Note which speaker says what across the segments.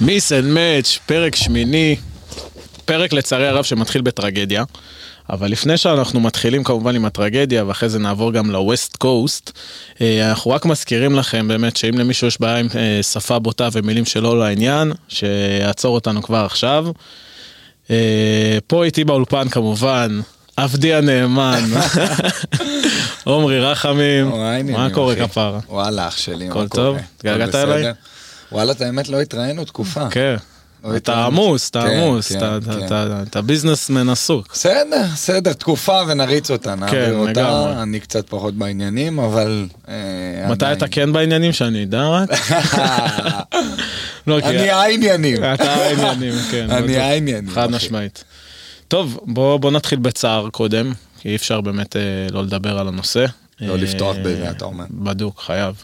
Speaker 1: מיס אנד מאץ', פרק שמיני, פרק לצערי הרב שמתחיל בטרגדיה. אבל לפני שאנחנו מתחילים כמובן עם הטרגדיה ואחרי זה נעבור גם לווסט קוסט, אה, אנחנו רק מזכירים לכם באמת שאם למישהו יש בעיה עם אה, שפה בוטה ומילים שלא לעניין, שיעצור אותנו כבר עכשיו. אה, פה איתי באולפן כמובן, עבדי הנאמן, עומרי רחמים,
Speaker 2: וואי, העניינים,
Speaker 1: מה קורה
Speaker 2: אחי?
Speaker 1: כפרה?
Speaker 2: וואלה, אח שלי, מה
Speaker 1: הכל
Speaker 2: קורה?
Speaker 1: טוב? התגעגעת
Speaker 2: הכל בסדר?
Speaker 1: אליי?
Speaker 2: וואלה, את האמת, לא התראינו תקופה.
Speaker 1: כן.
Speaker 2: אוי,
Speaker 1: אתה
Speaker 2: כן.
Speaker 1: עמוס, אתה
Speaker 2: כן,
Speaker 1: עמוס,
Speaker 2: כן,
Speaker 1: אתה- אתה-
Speaker 2: כן.
Speaker 1: אתה- אתה ביזנסמן עסוק.
Speaker 2: בסדר, בסדר, תקופה ונריץ אותה,
Speaker 1: כן,
Speaker 2: נעביר
Speaker 1: לגמרי.
Speaker 2: אותה. אני קצת פחות בעניינים, אבל... אה,
Speaker 1: מתי
Speaker 2: עדיין.
Speaker 1: אתה כן בעניינים שאני אדע רק? לא, כי-
Speaker 2: אני העניינים.
Speaker 1: אתה העניינים, כן.
Speaker 2: אני
Speaker 1: בטוח.
Speaker 2: העניינים,
Speaker 1: חד
Speaker 2: אחי.
Speaker 1: משמעית. טוב, בוא בוא נתחיל בצער קודם, כי אי אפשר באמת אה, לא לדבר על הנושא.
Speaker 2: לא
Speaker 1: אה,
Speaker 2: לפתוח בזה, אתה אומר.
Speaker 1: בדוק, חייב.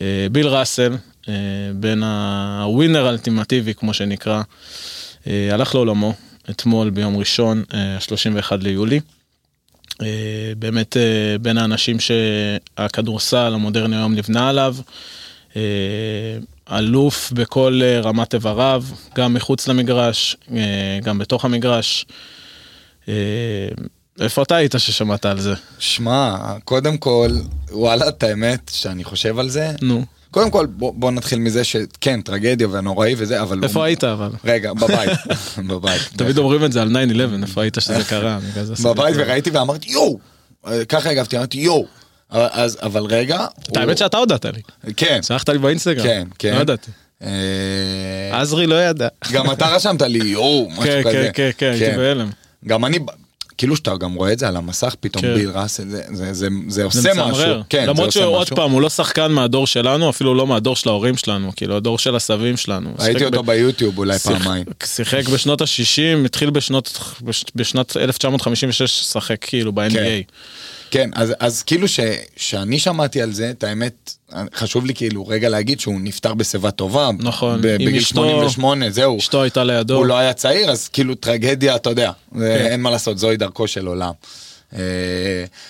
Speaker 1: אה, ביל ראסל, אה, בין הווינר האלטימטיבי, כמו שנקרא, אה, הלך לעולמו אתמול ביום ראשון, אה, 31 ליולי. אה, באמת אה, בין האנשים שהכדורסל המודרני היום נבנה עליו. אה, אלוף בכל אה, רמת איבריו, גם מחוץ למגרש, אה, גם בתוך המגרש. אה, איפה אתה היית ששמעת על זה?
Speaker 2: שמע, קודם כל, וואלה, את האמת, שאני חושב על זה.
Speaker 1: נו.
Speaker 2: קודם כל, בוא בוא נתחיל מזה שכן, טרגדיה ונוראי וזה, אבל...
Speaker 1: איפה היית אבל?
Speaker 2: רגע, בבית. בבית.
Speaker 1: תמיד אומרים את זה על 9-11, איפה היית שזה קרה? בגלל זה עשיתי
Speaker 2: בבית
Speaker 1: את זה.
Speaker 2: וראיתי ואמרתי יואו, אה, ככה הגבתי, אמרתי יואו, אבל- אז אבל רגע,
Speaker 1: את האמת שאתה הודעת לי,
Speaker 2: כן,
Speaker 1: שלחת לי באינסטגרם.
Speaker 2: כן, כן,
Speaker 1: לא ידעתי.
Speaker 2: אה,
Speaker 1: עזרי לא ידע.
Speaker 2: גם אתה רשמת לי יואו,
Speaker 1: כן,
Speaker 2: משהו
Speaker 1: כן,
Speaker 2: כזה,
Speaker 1: כן, כן, הייתי בהלם.
Speaker 2: גם אני, ב- כאילו שאתה גם רואה את זה על המסך, פתאום
Speaker 1: כן.
Speaker 2: ביל ראסל, זה- זה- זה- זה
Speaker 1: זה
Speaker 2: עושה משהו,
Speaker 1: מצמרר.
Speaker 2: כן, זה
Speaker 1: למרות
Speaker 2: עושה
Speaker 1: שעוד
Speaker 2: משהו.
Speaker 1: פעם, הוא לא שחקן מהדור שלנו, אפילו לא מהדור של ההורים שלנו, כאילו הדור של הסבים שלנו.
Speaker 2: ראיתי
Speaker 1: שיחק
Speaker 2: אותו
Speaker 1: ב-
Speaker 2: ביוטיוב אולי
Speaker 1: שיח-
Speaker 2: פעמיים,
Speaker 1: שיחק בשנות ה-60, התחיל בשנות, בש- בשנת 1956 לשחק כאילו ב-NBA.
Speaker 2: כן, אז- אז כאילו ש- שאני שמעתי על זה, את האמת, חשוב לי כאילו רגע להגיד שהוא נפטר בשיבה טובה,
Speaker 1: נכון,
Speaker 2: ב-
Speaker 1: עם
Speaker 2: בגיל
Speaker 1: אשתו-
Speaker 2: 88, זהו,
Speaker 1: אשתו הייתה לידו.
Speaker 2: הוא לא היה צעיר, אז כאילו טרגדיה, אתה יודע, זה-
Speaker 1: כן.
Speaker 2: אין מה לעשות, זוהי דרכו של עולם. אה,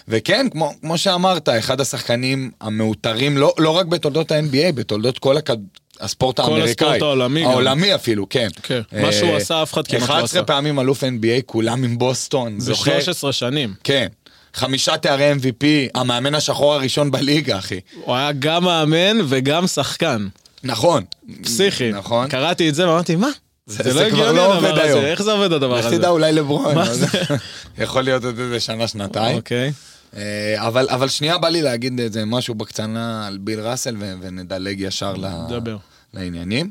Speaker 2: וכן, כמו, כמו שאמרת, אחד השחקנים המעוטרים, לא, לא רק בתולדות ה-NBA, בתולדות כל הכד... הספורט האמריקאי.
Speaker 1: הספורט העולמי גם.
Speaker 2: העולמי אפילו, כן.
Speaker 1: כן. מה שהוא עשה, אף אחד כמעט לא עשה.
Speaker 2: 11 פעמים אלוף NBA, כולם עם בוסטון, זוכר?
Speaker 1: ב-13 שנים.
Speaker 2: כן. חמישה תארי MVP, המאמן השחור הראשון בליגה, אחי.
Speaker 1: הוא היה גם מאמן וגם שחקן.
Speaker 2: נכון.
Speaker 1: פסיכי.
Speaker 2: נכון.
Speaker 1: קראתי את זה ואמרתי, מה?
Speaker 2: זה-
Speaker 1: זה לא
Speaker 2: זה כבר
Speaker 1: הגיוני
Speaker 2: לא
Speaker 1: הדבר
Speaker 2: עובד
Speaker 1: הזה,
Speaker 2: היום.
Speaker 1: איך זה עובד הדבר
Speaker 2: לך
Speaker 1: הזה?
Speaker 2: תדע, אולי לברון.
Speaker 1: מה
Speaker 2: לא
Speaker 1: זה?
Speaker 2: יודע. יכול להיות עוד איזה שנה, שנתיים.
Speaker 1: אוקיי.
Speaker 2: אה, אבל, אבל שנייה בא לי להגיד איזה משהו בקטנה על ביל ראסל ו- ונדלג ישר ל-
Speaker 1: דבר.
Speaker 2: לעניינים.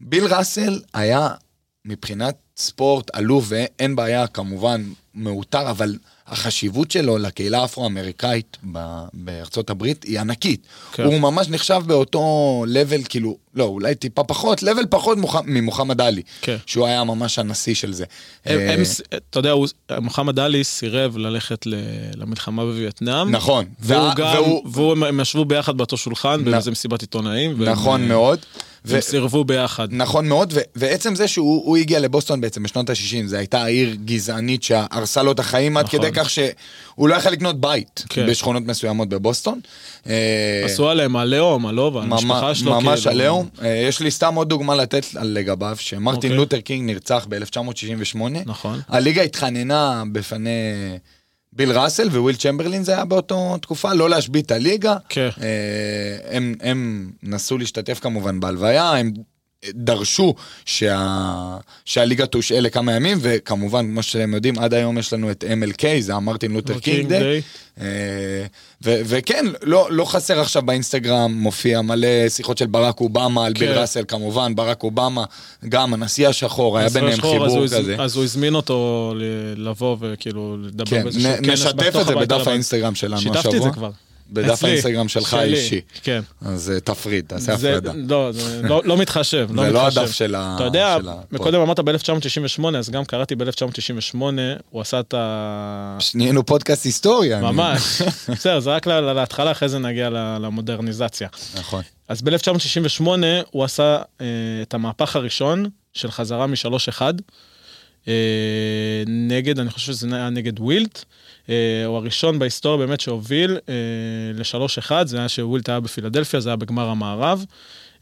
Speaker 2: ביל ראסל היה מבחינת ספורט אלוף ואין בעיה כמובן מעוטר, אבל החשיבות שלו לקהילה האפרו-אמריקאית ב- בארצות הברית היא ענקית.
Speaker 1: כן.
Speaker 2: כן. הוא ממש נחשב באותו לבל, כאילו, לא, אולי טיפה פחות, לבל פחות מוח... ממוחמד עלי,
Speaker 1: כן.
Speaker 2: שהוא היה ממש הנשיא של זה.
Speaker 1: הם-
Speaker 2: אה,
Speaker 1: הם ס- אתה יודע, הוא- מוחמד עלי סירב ללכת ל- למלחמה בווייטנאם.
Speaker 2: נכון.
Speaker 1: והוא
Speaker 2: וה-
Speaker 1: גם,
Speaker 2: והוא-
Speaker 1: והוא, הם- הם ישבו ביחד באותו שולחן,
Speaker 2: נ-
Speaker 1: באיזה מסיבת עיתונאים. והם-
Speaker 2: נכון מאוד.
Speaker 1: והם
Speaker 2: ו-
Speaker 1: סירבו ביחד.
Speaker 2: נכון מאוד, ו- ועצם זה שהוא הוא הגיע לבוסטון בעצם בשנות ה-60, זו הייתה עיר גזענית שהרסה לו את החיים עד
Speaker 1: נכון.
Speaker 2: כדי כך שהוא לא יכל לקנות בית
Speaker 1: כן.
Speaker 2: בשכונות מסוימות בבוסטון. אה,
Speaker 1: עשו עליהם עליהום, עלוב, על
Speaker 2: ממ-
Speaker 1: המשפחה שלו.
Speaker 2: ממש
Speaker 1: כאילו.
Speaker 2: עליהום. אה, יש לי סתם עוד דוגמה לתת על לגביו, שמרטין
Speaker 1: אוקיי.
Speaker 2: לותר קינג נרצח ב-1968.
Speaker 1: נכון.
Speaker 2: הליגה התחננה בפני ביל ראסל וויל צ'מברלין זה היה באותו תקופה, לא להשבית את הליגה.
Speaker 1: כן.
Speaker 2: אה, הם, הם נסו להשתתף כמובן בהלוויה, הם דרשו שה... שהליגה תושעה לכמה ימים, וכמובן, כמו שאתם יודעים, עד היום יש לנו את MLK, זה המרטין לותר
Speaker 1: קינג
Speaker 2: קינג דיי.
Speaker 1: דיי.
Speaker 2: אה, ו- וכן, לא, לא חסר עכשיו באינסטגרם, מופיע מלא שיחות של ברק אובמה על ביל
Speaker 1: כן.
Speaker 2: ראסל כמובן, ברק אובמה, גם הנשיא השחור, היה
Speaker 1: ישראל
Speaker 2: ביניהם
Speaker 1: שחור, אז
Speaker 2: חיבור
Speaker 1: הוא אה, הז-
Speaker 2: כזה.
Speaker 1: אז הוא הזמין אותו ל- לבוא וכאילו לדבר
Speaker 2: כן,
Speaker 1: באיזשהו
Speaker 2: נ-
Speaker 1: כנס
Speaker 2: נשתף
Speaker 1: בתוך
Speaker 2: את זה
Speaker 1: הבית
Speaker 2: בדף
Speaker 1: הלבן.
Speaker 2: האינסטגרם שלנו
Speaker 1: שיתפתי את זה
Speaker 2: השבוע.
Speaker 1: כבר.
Speaker 2: בדף
Speaker 1: אצלי,
Speaker 2: האישי. שלך
Speaker 1: שלי,
Speaker 2: האישי.
Speaker 1: כן.
Speaker 2: אז אה, תפריד, תעשה
Speaker 1: זה-
Speaker 2: הפרדה.
Speaker 1: לא, זה לא לא מתחשב, לא מתחשב.
Speaker 2: זה לא הדף של ה-
Speaker 1: אתה יודע,
Speaker 2: של הפוד.
Speaker 1: מקודם אמרת ב-1968, אז גם קראתי ב-1968, הוא עשה את ה...
Speaker 2: נהיינו פודקאסט היסטוריה. אני-
Speaker 1: ממש. בסדר, זה רק לה- לה- להתחלה, אחרי זה נגיע ל- למודרניזציה.
Speaker 2: נכון.
Speaker 1: אז ב-1968 הוא עשה אה, את המהפך הראשון של חזרה מ-3-1, אה, נגד, אני חושב שזה היה נגד ווילט. אה, הוא הראשון בהיסטוריה באמת שהוביל אה, ל-3-1, זה היה שווילט היה בפילדלפיה, זה היה בגמר המערב.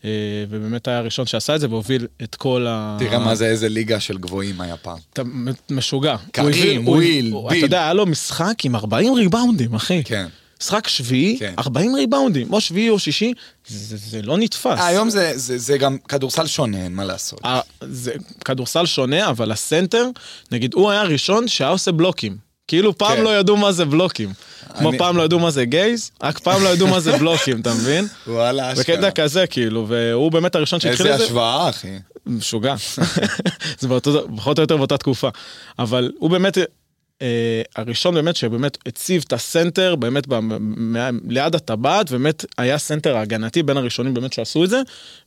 Speaker 1: אה, ובאמת היה הראשון שעשה את זה והוביל את כל ה...
Speaker 2: תראה מה זה, איזה ליגה של גבוהים היה פעם.
Speaker 1: אתה משוגע.
Speaker 2: קרים,
Speaker 1: הוא הביא- הוא-
Speaker 2: וויל,
Speaker 1: הוא-
Speaker 2: ביל.
Speaker 1: אתה יודע, היה לו משחק עם 40 ריבאונדים, אחי.
Speaker 2: כן.
Speaker 1: משחק שביעי,
Speaker 2: כן. 40
Speaker 1: 40 ריבאונדים, או שביעי או שישי, זה זה לא נתפס.
Speaker 2: אה, היום זה- זה זה גם כדורסל שונה, אין מה לעשות.
Speaker 1: ה- זה כדורסל שונה, אבל הסנטר, נגיד, הוא היה הראשון שהיה עושה בלוקים. כאילו פעם
Speaker 2: כן.
Speaker 1: לא ידעו מה זה בלוקים. כמו
Speaker 2: אני-
Speaker 1: פעם לא ידעו מה זה גייז, רק פעם לא ידעו מה זה בלוקים, אתה מבין?
Speaker 2: וואלה,
Speaker 1: בקטע כזה, כאילו, והוא באמת הראשון שהתחיל
Speaker 2: איזה
Speaker 1: את זה.
Speaker 2: השוואה, אחי.
Speaker 1: משוגע. זה באותו, פחות או יותר באותה תקופה. אבל הוא באמת אה, הראשון באמת שבאמת הציב את הסנטר באמת ב, מה, ליד הטבעת, באמת היה סנטר ההגנתי בין הראשונים באמת שעשו את זה,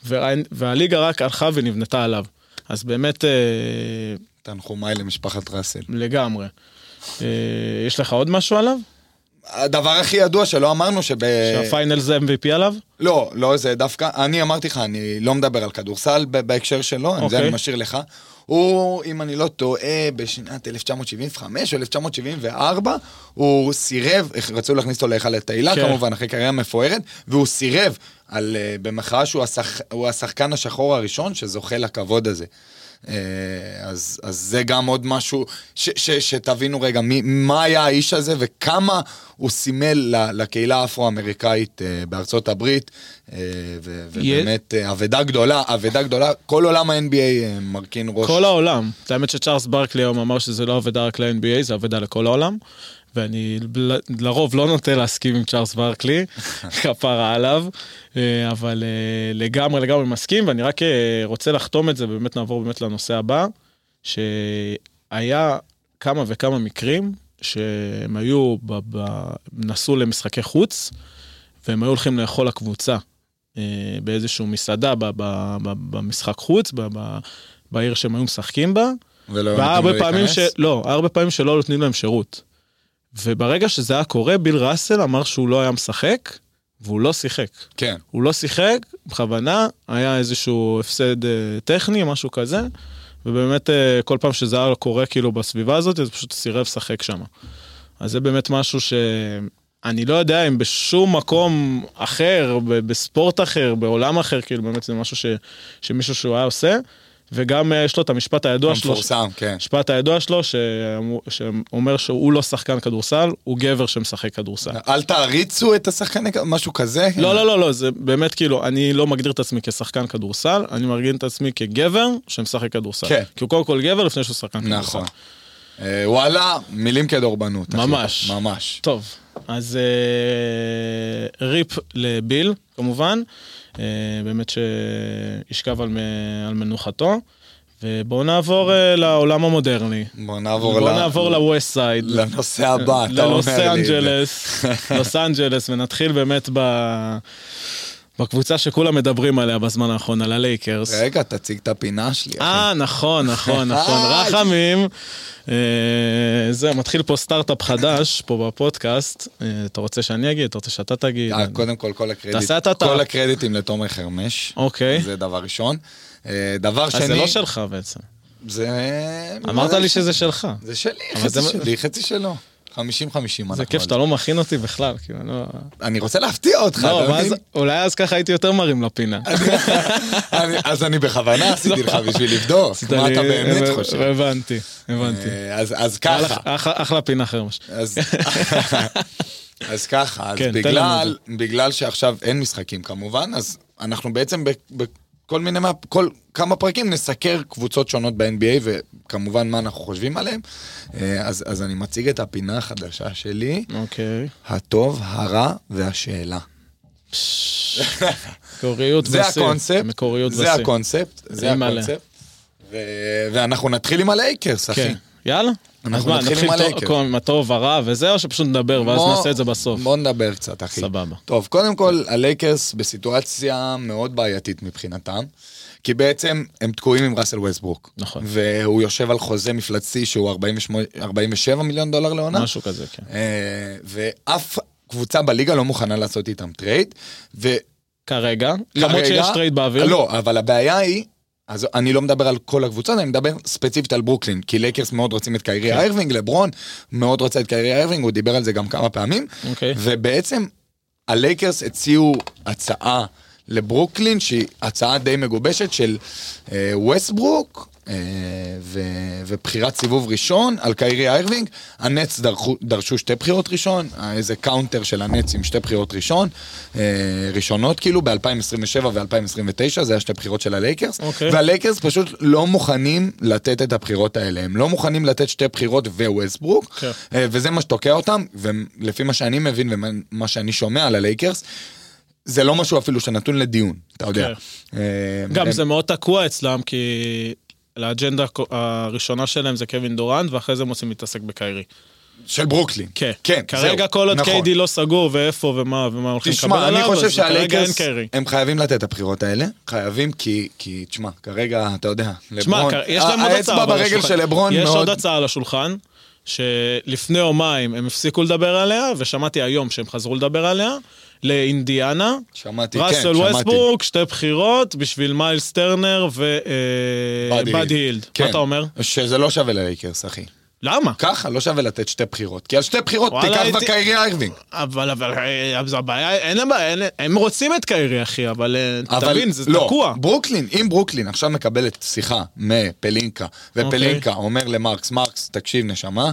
Speaker 1: וה, והליגה רק הלכה ונבנתה עליו. אז באמת אה,
Speaker 2: תנחומיי למשפחת ראסל.
Speaker 1: לגמרי. אה, יש לך עוד משהו עליו?
Speaker 2: הדבר הכי ידוע שלא אמרנו שב...
Speaker 1: שהפיינל זה MVP עליו?
Speaker 2: לא, לא זה דווקא, אני אמרתי לך, אני לא מדבר על כדורסל ב- בהקשר שלו, okay. זה
Speaker 1: אוקיי.
Speaker 2: אני משאיר לך. הוא, אם אני לא טועה, בשנת 1975 או 1974, הוא סירב, רצו להכניס אותו להיכל לתהילה
Speaker 1: כן.
Speaker 2: כמובן, אחרי קריירה מפוארת, והוא סירב על, אה, במחאה שהוא השח, הוא השחקן השחור הראשון שזוכה לכבוד הזה. אה, אז, אז זה גם עוד משהו, ש, ש, שתבינו רגע מי, מה היה האיש הזה וכמה הוא סימל ל, לקהילה האפרו-אמריקאית אה, בארצות הברית, אה, ו, ובאמת אה, אבדה גדולה, אבדה גדולה, כל עולם ה-NBA אה, מרכין ראש.
Speaker 1: כל העולם. את האמת שצ'ארלס ברקלי היום אמר שזה לא אבדה רק ל-NBA, זה אבדה לכל העולם. ואני ל- לרוב לא נוטה להסכים עם צ'ארלס ברקלי, כפרה עליו, אה, אבל אה, לגמרי לגמרי מסכים, ואני רק אה, רוצה לחתום את זה, ובאמת נעבור באמת לנושא הבא, שהיה כמה וכמה מקרים שהם היו, ב- ב- נסעו למשחקי חוץ, והם היו הולכים לאכול לקבוצה אה, באיזשהו מסעדה ב- ב- ב- במשחק חוץ, ב- ב- בעיר שהם היו משחקים בה,
Speaker 2: ולא
Speaker 1: והיה
Speaker 2: נותנים
Speaker 1: הרבה
Speaker 2: לא, לו
Speaker 1: פעמים, ש...
Speaker 2: להיכנס.
Speaker 1: לא, היה הרבה פעמים שלא נותנים להם שירות. וברגע שזה היה קורה, ביל ראסל אמר שהוא לא היה משחק, והוא לא שיחק.
Speaker 2: כן.
Speaker 1: הוא לא שיחק, בכוונה, היה איזשהו הפסד אה, טכני, משהו כזה, ובאמת אה, כל פעם שזה היה קורה כאילו בסביבה הזאת, אז פשוט סירב לשחק שם. אז זה באמת משהו שאני לא יודע אם בשום מקום אחר, ב- בספורט אחר, בעולם אחר, כאילו באמת זה משהו ש... שמישהו שהוא היה עושה, וגם אה, יש לו את המשפט הידוע שלו.
Speaker 2: המפורסם, כן.
Speaker 1: המשפט הידוע שלו שאמור- שאומר שהוא לא שחקן כדורסל, הוא גבר שמשחק כדורסל.
Speaker 2: אל תעריצו את השחקן, משהו כזה?
Speaker 1: לא, לא, לא, לא, זה באמת כאילו, אני לא מגדיר את עצמי כשחקן כדורסל, אני מגדיר את עצמי כגבר שמשחק כדורסל.
Speaker 2: כן.
Speaker 1: כי הוא קודם כל גבר לפני שהוא שחקן כדורסל.
Speaker 2: נכון. אה, וואלה, מילים כדורבנות. אחי.
Speaker 1: ממש.
Speaker 2: ממש.
Speaker 1: טוב, אז אה, ריפ לביל, כמובן, אה, באמת שישכב על, מ- על מנוחתו, ובואו נעבור אה, לעולם המודרני.
Speaker 2: בוא נעבור
Speaker 1: בואו נעבור ל-West Side.
Speaker 2: לנושא הבא, אתה אומר לי.
Speaker 1: ללוס אנג'לס, לוס אנג'לס, ונתחיל באמת ב... בקבוצה שכולם מדברים עליה בזמן האחרון, על הלייקרס.
Speaker 2: רגע, תציג את הפינה שלי, אחי.
Speaker 1: אה, נכון, נכון, נכון,
Speaker 2: איי.
Speaker 1: רחמים. אה, זהו, מתחיל פה סטארט-אפ חדש, פה בפודקאסט. אה, אתה רוצה שאני אגיד? אתה רוצה שאתה תגיד?
Speaker 2: אה, קודם כל, כל הקרדיט,
Speaker 1: תעשה אתה, אתה.
Speaker 2: כל הקרדיטים לתומר חרמש.
Speaker 1: אוקיי.
Speaker 2: זה דבר ראשון. אה, דבר שני...
Speaker 1: אז זה לא שלך בעצם.
Speaker 2: זה...
Speaker 1: אמרת
Speaker 2: מה
Speaker 1: לי
Speaker 2: זה? לא
Speaker 1: שזה שלך.
Speaker 2: זה שלי,
Speaker 1: אבל
Speaker 2: חצי
Speaker 1: זה-
Speaker 2: שלי, חצי שלו. 50-50 אנחנו.
Speaker 1: זה כיף שאתה לא מכין אותי בכלל, כאילו, אני לא...
Speaker 2: אני רוצה להפתיע אותך,
Speaker 1: לא,
Speaker 2: אתה
Speaker 1: ואז-
Speaker 2: מבין?
Speaker 1: אולי אז ככה הייתי יותר מרים לפינה.
Speaker 2: אה, אני- אז אני בכוונה עשיתי לך בשביל לבדוק, מה אתה
Speaker 1: אני-
Speaker 2: באמת
Speaker 1: אה,
Speaker 2: חושב.
Speaker 1: הבנתי, הבנתי.
Speaker 2: אה, אז אז ככה.
Speaker 1: אחלה- אחלה אחלה פינה חרמש.
Speaker 2: אז, אז ככה, אז
Speaker 1: כן, תן
Speaker 2: בגלל,
Speaker 1: לנו
Speaker 2: בגלל שעכשיו אין משחקים כמובן, אז אנחנו בעצם ב- בכל מיני, מה- כל כמה פרקים נסקר קבוצות שונות ב-NBA וכמובן מה אנחנו חושבים עליהם. אה, אז, אז אני מציג את הפינה החדשה שלי,
Speaker 1: אוקיי.
Speaker 2: הטוב, הרע והשאלה.
Speaker 1: מקוריות
Speaker 2: זה
Speaker 1: בשיא.
Speaker 2: הקונספט,
Speaker 1: מקוריות
Speaker 2: זה
Speaker 1: בשיא.
Speaker 2: הקונספט, זה
Speaker 1: אימא'לה.
Speaker 2: הקונספט. ו- ואנחנו נתחיל עם הלייקרס, אחי.
Speaker 1: כן. יאללה.
Speaker 2: אנחנו
Speaker 1: אז מה,
Speaker 2: נתחיל
Speaker 1: נתחיל
Speaker 2: עם
Speaker 1: טוב-
Speaker 2: הלייקרס.
Speaker 1: כל- עם הטוב, הרע וזה, או שפשוט נדבר ואז
Speaker 2: בוא-
Speaker 1: נעשה את זה בסוף?
Speaker 2: בוא נדבר קצת, אחי.
Speaker 1: סבבה.
Speaker 2: טוב, קודם כל, הלייקרס בסיטואציה מאוד בעייתית מבחינתם, כי בעצם הם תקועים עם ראסל וייסברוק.
Speaker 1: נכון.
Speaker 2: והוא יושב על חוזה מפלצתי שהוא 48 47 מיליון דולר לעונה.
Speaker 1: משהו כזה, כן.
Speaker 2: אה, ואף קבוצה בליגה לא מוכנה לעשות איתם טרייד, ו...
Speaker 1: כרגע, למרות
Speaker 2: כרגע-
Speaker 1: שיש טרייד באוויר.
Speaker 2: לא, אבל לא, הבעיה היא, אז אני לא מדבר על כל הקבוצות, אני מדבר ספציפית על ברוקלין, כי לייקרס מאוד רוצים את
Speaker 1: כן.
Speaker 2: קיירי איירווינג, לברון מאוד רוצה את קיירי איירווינג, הוא דיבר על זה גם כמה פעמים,
Speaker 1: אוקיי.
Speaker 2: ובעצם הלייקרס הציעו הצעה לברוקלין, שהיא הצעה די מגובשת של אה, ווסטברוק אה, ו- ובחירת סיבוב ראשון על קיירי איירווינג. הנץ דרכו, דרשו שתי בחירות ראשון, אה, איזה קאונטר של הנץ עם שתי בחירות ראשון, אה, ראשונות כאילו, ב-2027 ו-2029, זה השתי בחירות של הלייקרס.
Speaker 1: אוקיי.
Speaker 2: והלייקרס פשוט לא מוכנים לתת את הבחירות האלה, הם לא מוכנים לתת שתי בחירות וווסטברוק,
Speaker 1: כן.
Speaker 2: אה, וזה מה שתוקע אותם, ולפי מה שאני מבין ומה שאני שומע על הלייקרס, זה לא משהו אפילו שנתון לדיון, אתה יודע. אה,
Speaker 1: כן. גם
Speaker 2: הם-
Speaker 1: זה מאוד תקוע אצלם, כי לאג'נדה הכ- הראשונה שלהם זה קווין דורנט, ואחרי זה הם רוצים להתעסק בקיירי.
Speaker 2: של ברוקלין.
Speaker 1: כן.
Speaker 2: כן,
Speaker 1: כרגע
Speaker 2: זהו,
Speaker 1: כל עוד
Speaker 2: נכון.
Speaker 1: קיידי לא סגור, ואיפה ומה, ומה הולכים לקבל
Speaker 2: תשמע,
Speaker 1: עליו,
Speaker 2: אני חושב
Speaker 1: אז כרגע אין
Speaker 2: שהלייקרס,
Speaker 1: קיירי.
Speaker 2: הם חייבים לתת את הבחירות האלה, חייבים כי, כי, תשמע, כרגע, אתה יודע,
Speaker 1: תשמע,
Speaker 2: לברון,
Speaker 1: כ- יש להם עוד הצעה
Speaker 2: האצבע
Speaker 1: אבל על
Speaker 2: ברגל
Speaker 1: השולחן.
Speaker 2: של לברון
Speaker 1: יש
Speaker 2: מאוד,
Speaker 1: עוד הצעה על השולחן, שלפני יומיים הם הפסיקו לדבר עליה, ושמעתי היום שהם חזרו לדבר עליה, לאינדיאנה.
Speaker 2: שמעתי, כן,
Speaker 1: ראסל
Speaker 2: שמעתי.
Speaker 1: ווסטבורג, שתי בחירות בשביל מיילס טרנר
Speaker 2: באדי
Speaker 1: ובאדי הילד.
Speaker 2: כן.
Speaker 1: מה אתה אומר?
Speaker 2: שזה לא שווה ללייקרס, אחי.
Speaker 1: למה?
Speaker 2: ככה, לא שווה לתת שתי בחירות. כי על שתי בחירות
Speaker 1: וואלה,
Speaker 2: תיקח
Speaker 1: הייתי-
Speaker 2: בקיירי איירווינג.
Speaker 1: אבל, אבל, אה, זה הבעיה, אין להם בעיה, אין- הם רוצים את קיירי, אחי, אבל אה, תבין, זה
Speaker 2: לא,
Speaker 1: תקוע.
Speaker 2: ברוקלין, אם ברוקלין עכשיו מקבלת שיחה מפלינקה, ופלינקה
Speaker 1: אוקיי.
Speaker 2: אומר למרקס, מרקס, תקשיב נשמה,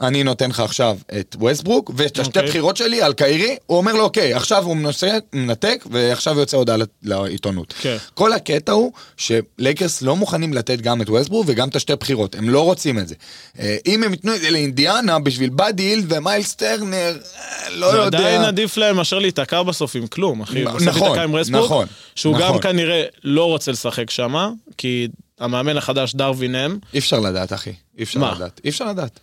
Speaker 2: אני נותן לך עכשיו את ווסטברוק, ואת השתי
Speaker 1: אוקיי.
Speaker 2: בחירות שלי על קיירי, הוא אומר לו, אוקיי, עכשיו הוא מנוסה- מנתק, ועכשיו יוצא הודעה לת- לעיתונות.
Speaker 1: כן.
Speaker 2: כל הקטע הוא שלייקרס לא מוכנים לתת גם את ווסטברוק וגם את השתי בחירות, הם לא רוצים את זה. אה, אם הם ייתנו את זה לאינדיאנה בשביל באדי הילד ומיילס טרנר, אה, לא
Speaker 1: זה
Speaker 2: יודע.
Speaker 1: עדיין עדיף להם מאשר להיתקע בסוף עם כלום, אחי.
Speaker 2: נ-
Speaker 1: בסוף
Speaker 2: נכון,
Speaker 1: להיתקע עם רסבורג,
Speaker 2: נכון,
Speaker 1: שהוא
Speaker 2: נכון.
Speaker 1: גם כנראה לא רוצה לשחק שמה, כי המאמן החדש דרווין אם,
Speaker 2: אי אפשר לדעת, אחי. אי אפשר
Speaker 1: מה?
Speaker 2: לדעת. אי אפשר לדעת.